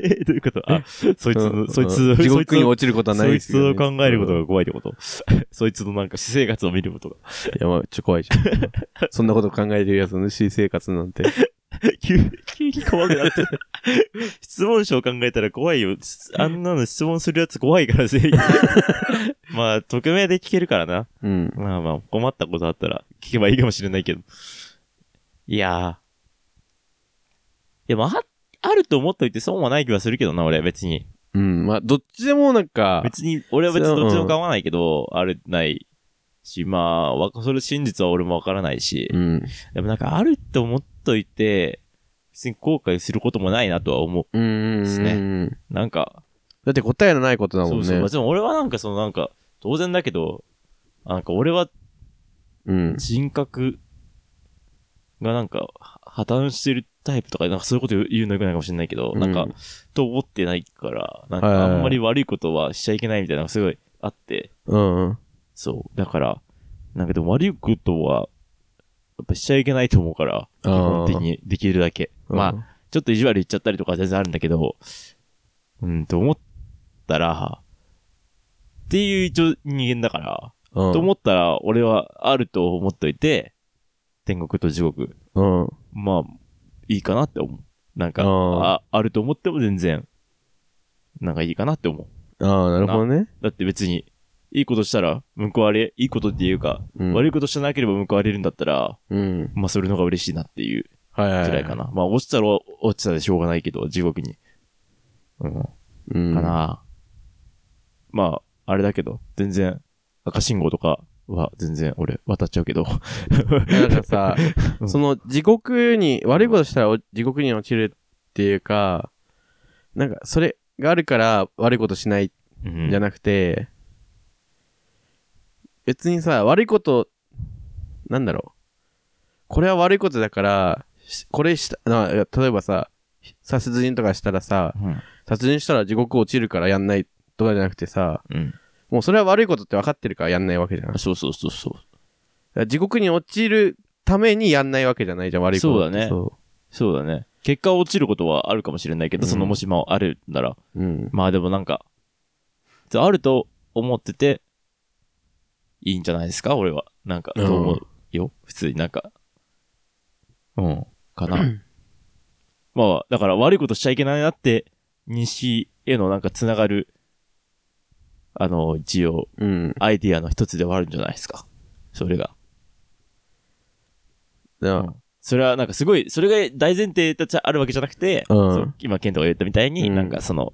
[SPEAKER 1] え、 どういうことあ、そいつ
[SPEAKER 2] う
[SPEAKER 1] の、
[SPEAKER 2] ん
[SPEAKER 1] そいつ
[SPEAKER 2] うん
[SPEAKER 1] の、
[SPEAKER 2] 地
[SPEAKER 1] そいつ
[SPEAKER 2] 獄に
[SPEAKER 1] の
[SPEAKER 2] 落ちることはない
[SPEAKER 1] そ
[SPEAKER 2] で
[SPEAKER 1] い
[SPEAKER 2] す
[SPEAKER 1] つを考えること
[SPEAKER 2] が。
[SPEAKER 1] が怖いってこと そいつのなんか私生活を見ることが。
[SPEAKER 2] いや、まあ、ちょ、怖いじゃん。そんなこと考えてるやつの私生活なんて。
[SPEAKER 1] 急に、急に怖くなって る。質問書を考えたら怖いよ。すあんなの質問するやつ怖いから全員。 まあ、匿名で聞けるからな。
[SPEAKER 2] うん。
[SPEAKER 1] まあまあ、困ったことあったら聞けばいいかもしれないけど。いやー。でも、あ、あると思っといて損はない気はするけどな、俺、別に。
[SPEAKER 2] うん、まあ、どっちでもなんか、
[SPEAKER 1] 別に、俺は別にどっちも構わないけど、ある、ないし、まあ、わそれ真実は俺もわからないし、
[SPEAKER 2] うん。
[SPEAKER 1] でもなんかあるって思っといて、別に後悔することもないなとは思
[SPEAKER 2] うんうん。
[SPEAKER 1] です
[SPEAKER 2] ね。
[SPEAKER 1] う。なんか、
[SPEAKER 2] だって答えのないことだもん
[SPEAKER 1] そう
[SPEAKER 2] ね。
[SPEAKER 1] そう。でも俺はなんかそのなんか、当然だけど、なんか俺は
[SPEAKER 2] うん。
[SPEAKER 1] 人格がなんかは破綻してるタイプとか、なんかそういうこと言う言うのよくないかもしれないけど、
[SPEAKER 2] うん
[SPEAKER 1] なんか、と思ってないから、なん
[SPEAKER 2] はいはい
[SPEAKER 1] か
[SPEAKER 2] はい
[SPEAKER 1] あんまり悪いことはしちゃいけないみたいなのがすごいあって、
[SPEAKER 2] うんうん。
[SPEAKER 1] そう。だから、なんかでも悪いことは、やっぱしちゃいけないと思うから、基
[SPEAKER 2] あー
[SPEAKER 1] 本的にできるだけ。まあ、
[SPEAKER 2] あ、
[SPEAKER 1] ちょっと意地悪言っちゃったりとか全然あるんだけど、うん、と思ったら、っていう一応人間だから、
[SPEAKER 2] うん。
[SPEAKER 1] と思ったら、俺はあると思っといて、天国と地獄。
[SPEAKER 2] うん。
[SPEAKER 1] まあ、いいかなって思う。なんか、
[SPEAKER 2] うん
[SPEAKER 1] ああると思っても全然、なんかいいかなって思う。
[SPEAKER 2] ああ、なるほどね。
[SPEAKER 1] だって別に、いいことしたら、報われ、いいことっていうか、
[SPEAKER 2] うん
[SPEAKER 1] 悪いことしてなければ報われるんだったら、
[SPEAKER 2] うん。
[SPEAKER 1] まあそれの方が嬉しいなっていう
[SPEAKER 2] はいはい
[SPEAKER 1] く
[SPEAKER 2] は。
[SPEAKER 1] らいかな。まあ落ちたら落ちたでしょうがないけど、地獄に。うん。
[SPEAKER 2] うん。
[SPEAKER 1] か。な。まあ、あれだけど、全然、赤信号とかは全然俺渡っちゃうけ ど。
[SPEAKER 2] だからさ
[SPEAKER 1] う、ん
[SPEAKER 2] その地獄に、悪いことしたらお地獄に落ちるっていうか、なんかそれがあるから悪いことしない
[SPEAKER 1] うん
[SPEAKER 2] じゃなくて、別にさ、悪いこと、なんだろう。これは悪いことだから、しこれした、な例えばさ、殺人とかしたらさ、
[SPEAKER 1] うん
[SPEAKER 2] 殺人したら地獄落ちるからやんないとかじゃなくてさ、
[SPEAKER 1] うん。
[SPEAKER 2] もうそれは悪いことって分かってるからやんないわけじゃん。だか
[SPEAKER 1] そうそうそうそう。
[SPEAKER 2] ら地獄に落ちるためにやんないわけじゃないじゃん、悪いこと
[SPEAKER 1] そう
[SPEAKER 2] って
[SPEAKER 1] だね
[SPEAKER 2] そ
[SPEAKER 1] そうだね。結果落ちることはあるかもしれないけど、
[SPEAKER 2] うん
[SPEAKER 1] そのもしもあるなら。
[SPEAKER 2] う。うん。
[SPEAKER 1] まあでもなんか、あると思ってて、いいんじゃないですか俺は。なんか、
[SPEAKER 2] うん
[SPEAKER 1] と思うよ。普通になんか。うん。かな。まあ、だから悪いことしちゃいけないなって、認識へのなんかつながる、あの、一応、
[SPEAKER 2] うん。
[SPEAKER 1] アイディアの一つではあるんじゃないですか。それが。
[SPEAKER 2] だから
[SPEAKER 1] それはなんかすごい、それが大前提としてあるわけじゃなくて、
[SPEAKER 2] うん
[SPEAKER 1] そう今、ケントが言ったみたいに、
[SPEAKER 2] うん
[SPEAKER 1] なんかその、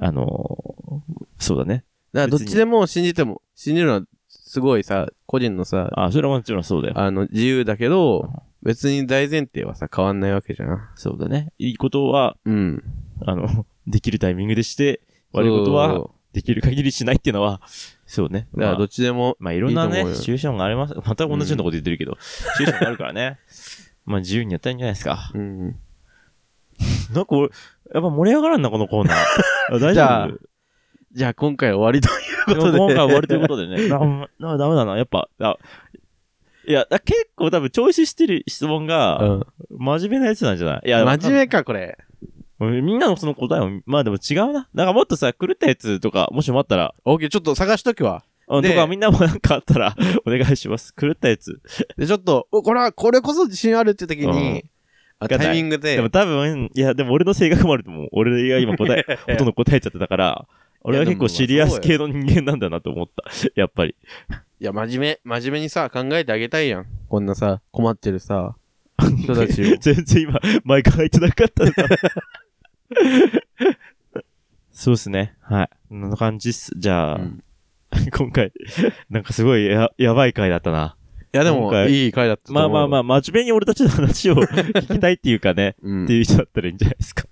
[SPEAKER 1] あのーそうだね。
[SPEAKER 2] だからどっ
[SPEAKER 1] 別
[SPEAKER 2] ち
[SPEAKER 1] に
[SPEAKER 2] でも信じても、信じるのはすごいさ、個人のさ、
[SPEAKER 1] あ、それはもちろんそうだよ。
[SPEAKER 2] あの、自由だけど、別に大前提はさ、変わんないわけじゃん。
[SPEAKER 1] そうだね。いいことは、
[SPEAKER 2] うん。
[SPEAKER 1] あの、 できるタイミングでして、悪いこと
[SPEAKER 2] そう
[SPEAKER 1] は、
[SPEAKER 2] そ
[SPEAKER 1] できる限りしないっていうのは、そうね。
[SPEAKER 2] うだか
[SPEAKER 1] まあ
[SPEAKER 2] らどっちでも、
[SPEAKER 1] まあいろんない
[SPEAKER 2] い
[SPEAKER 1] ね
[SPEAKER 2] と思う、よ
[SPEAKER 1] シチュエーションがあります。また同じようなこと言ってるけど、シチュエーションがあるからね。まあ自由にやったらいいんじゃないですか。
[SPEAKER 2] うん。
[SPEAKER 1] なんか俺、やっぱ盛り上がらんな、このコー ナーあ。大
[SPEAKER 2] じゃあ
[SPEAKER 1] 丈
[SPEAKER 2] じゃあ今回は終わり というこ
[SPEAKER 1] 夫
[SPEAKER 2] とで。
[SPEAKER 1] 今回終わるということで ね。ななダメだな、やっぱ。あいや、だ結構多分、チョイスしてる質問が、真面目なやつなんじゃないいや、
[SPEAKER 2] うん。真面目か、これ。
[SPEAKER 1] 目。みんなのその答えも、まあでも違うな。なんかもっとさ、狂ったやつとか、もしもあったら、
[SPEAKER 2] OK、ちょっと探しとくわ。
[SPEAKER 1] うん
[SPEAKER 2] で
[SPEAKER 1] とかみんなもなんかあったら、 お願いします。狂ったやつ。
[SPEAKER 2] で、ちょっと、おこれは、これこそ自信あるって時
[SPEAKER 1] うん
[SPEAKER 2] に、あタイミングで、
[SPEAKER 1] でも多分、いや、でも俺の性格もあると思う。俺が今答 え、ほとんど答えちゃってたから、俺は結構シリアス系の人間なんだなと思った。やっぱり。。
[SPEAKER 2] いや、真面目、真面目にさ、考えてあげたいやん。こんなさ、困ってる さ、人た ちを
[SPEAKER 1] 全然今、マイク入ってなかった なそうですね。はい。こんな感じっす。じゃあ、
[SPEAKER 2] うん
[SPEAKER 1] 今回、なんかすごいややばい回だったな。
[SPEAKER 2] いや、で
[SPEAKER 1] 今
[SPEAKER 2] も、
[SPEAKER 1] 回
[SPEAKER 2] いい回だったと思
[SPEAKER 1] まあ
[SPEAKER 2] う。
[SPEAKER 1] まあま
[SPEAKER 2] あ。
[SPEAKER 1] あ、真面目に俺たちの話を聞きたいっていうかね、
[SPEAKER 2] うん
[SPEAKER 1] っていう人だったらいいんじゃない ですか。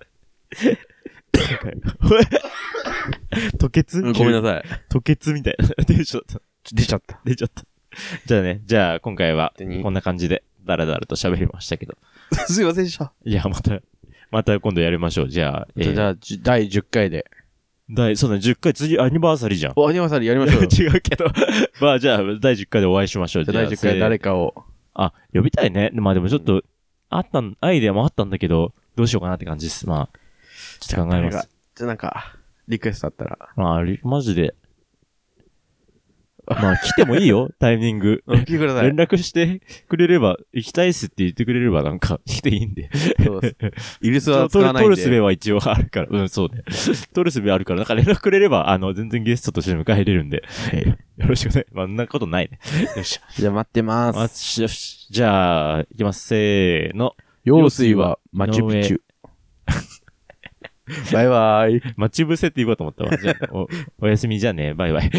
[SPEAKER 1] 吐血
[SPEAKER 2] うんごめんなさい。
[SPEAKER 1] 吐血みたいな。テンションだった。
[SPEAKER 2] ちょ出ちゃった。
[SPEAKER 1] 出ちゃった。じゃあね、じゃあ今回は
[SPEAKER 2] 手に
[SPEAKER 1] こんな感じでダラダラと喋りましたけど。
[SPEAKER 2] すいませんでした。
[SPEAKER 1] いや、また、また今度やりましょう。じゃあ、えー
[SPEAKER 2] じゃあ、じゅ第10回で。
[SPEAKER 1] 第、そうだね、10回次アニバーサリーじゃん。
[SPEAKER 2] お、アニマさんやりましょう よ。じ
[SPEAKER 1] 違うけど。まあじゃあ、第10回でお会いしましょう。
[SPEAKER 2] ゃあ、第10回誰かを。
[SPEAKER 1] あ、呼びたいね。まあでもちょっと、あったん、アイデアもあったんだけど、どうしようかなって感じです。まあ、ちょっと考え
[SPEAKER 2] 誰
[SPEAKER 1] ま
[SPEAKER 2] か
[SPEAKER 1] す。
[SPEAKER 2] じゃあ、なんか、リクエストあったら。
[SPEAKER 1] まあ、リマジで。まあ、来てもいい よ、タイミング。
[SPEAKER 2] うん、来てくださ
[SPEAKER 1] 連
[SPEAKER 2] い。
[SPEAKER 1] 絡してくれれば、行きたいっすって言ってくれれば、なん か、来ていいんで。
[SPEAKER 2] そうです。イルスは使
[SPEAKER 1] 取
[SPEAKER 2] わ
[SPEAKER 1] る
[SPEAKER 2] ない
[SPEAKER 1] 取
[SPEAKER 2] ん
[SPEAKER 1] るすべ
[SPEAKER 2] で。
[SPEAKER 1] は一応あるから、うん、そうね。取るすべあるから、なんか連絡くれれば、あの、全然ゲストとして迎え入れるんで、よろしくね。まあ、そんなことないね。よし。
[SPEAKER 2] じゃあ、待ってま。
[SPEAKER 1] ますしよし。じゃあ、行きます。せーの。
[SPEAKER 2] 用水はマチュピチュ。バイバイ。
[SPEAKER 1] 待ち伏せって言うかと思ったわ。じゃあ、お、おやすみじゃあね。バイバイ。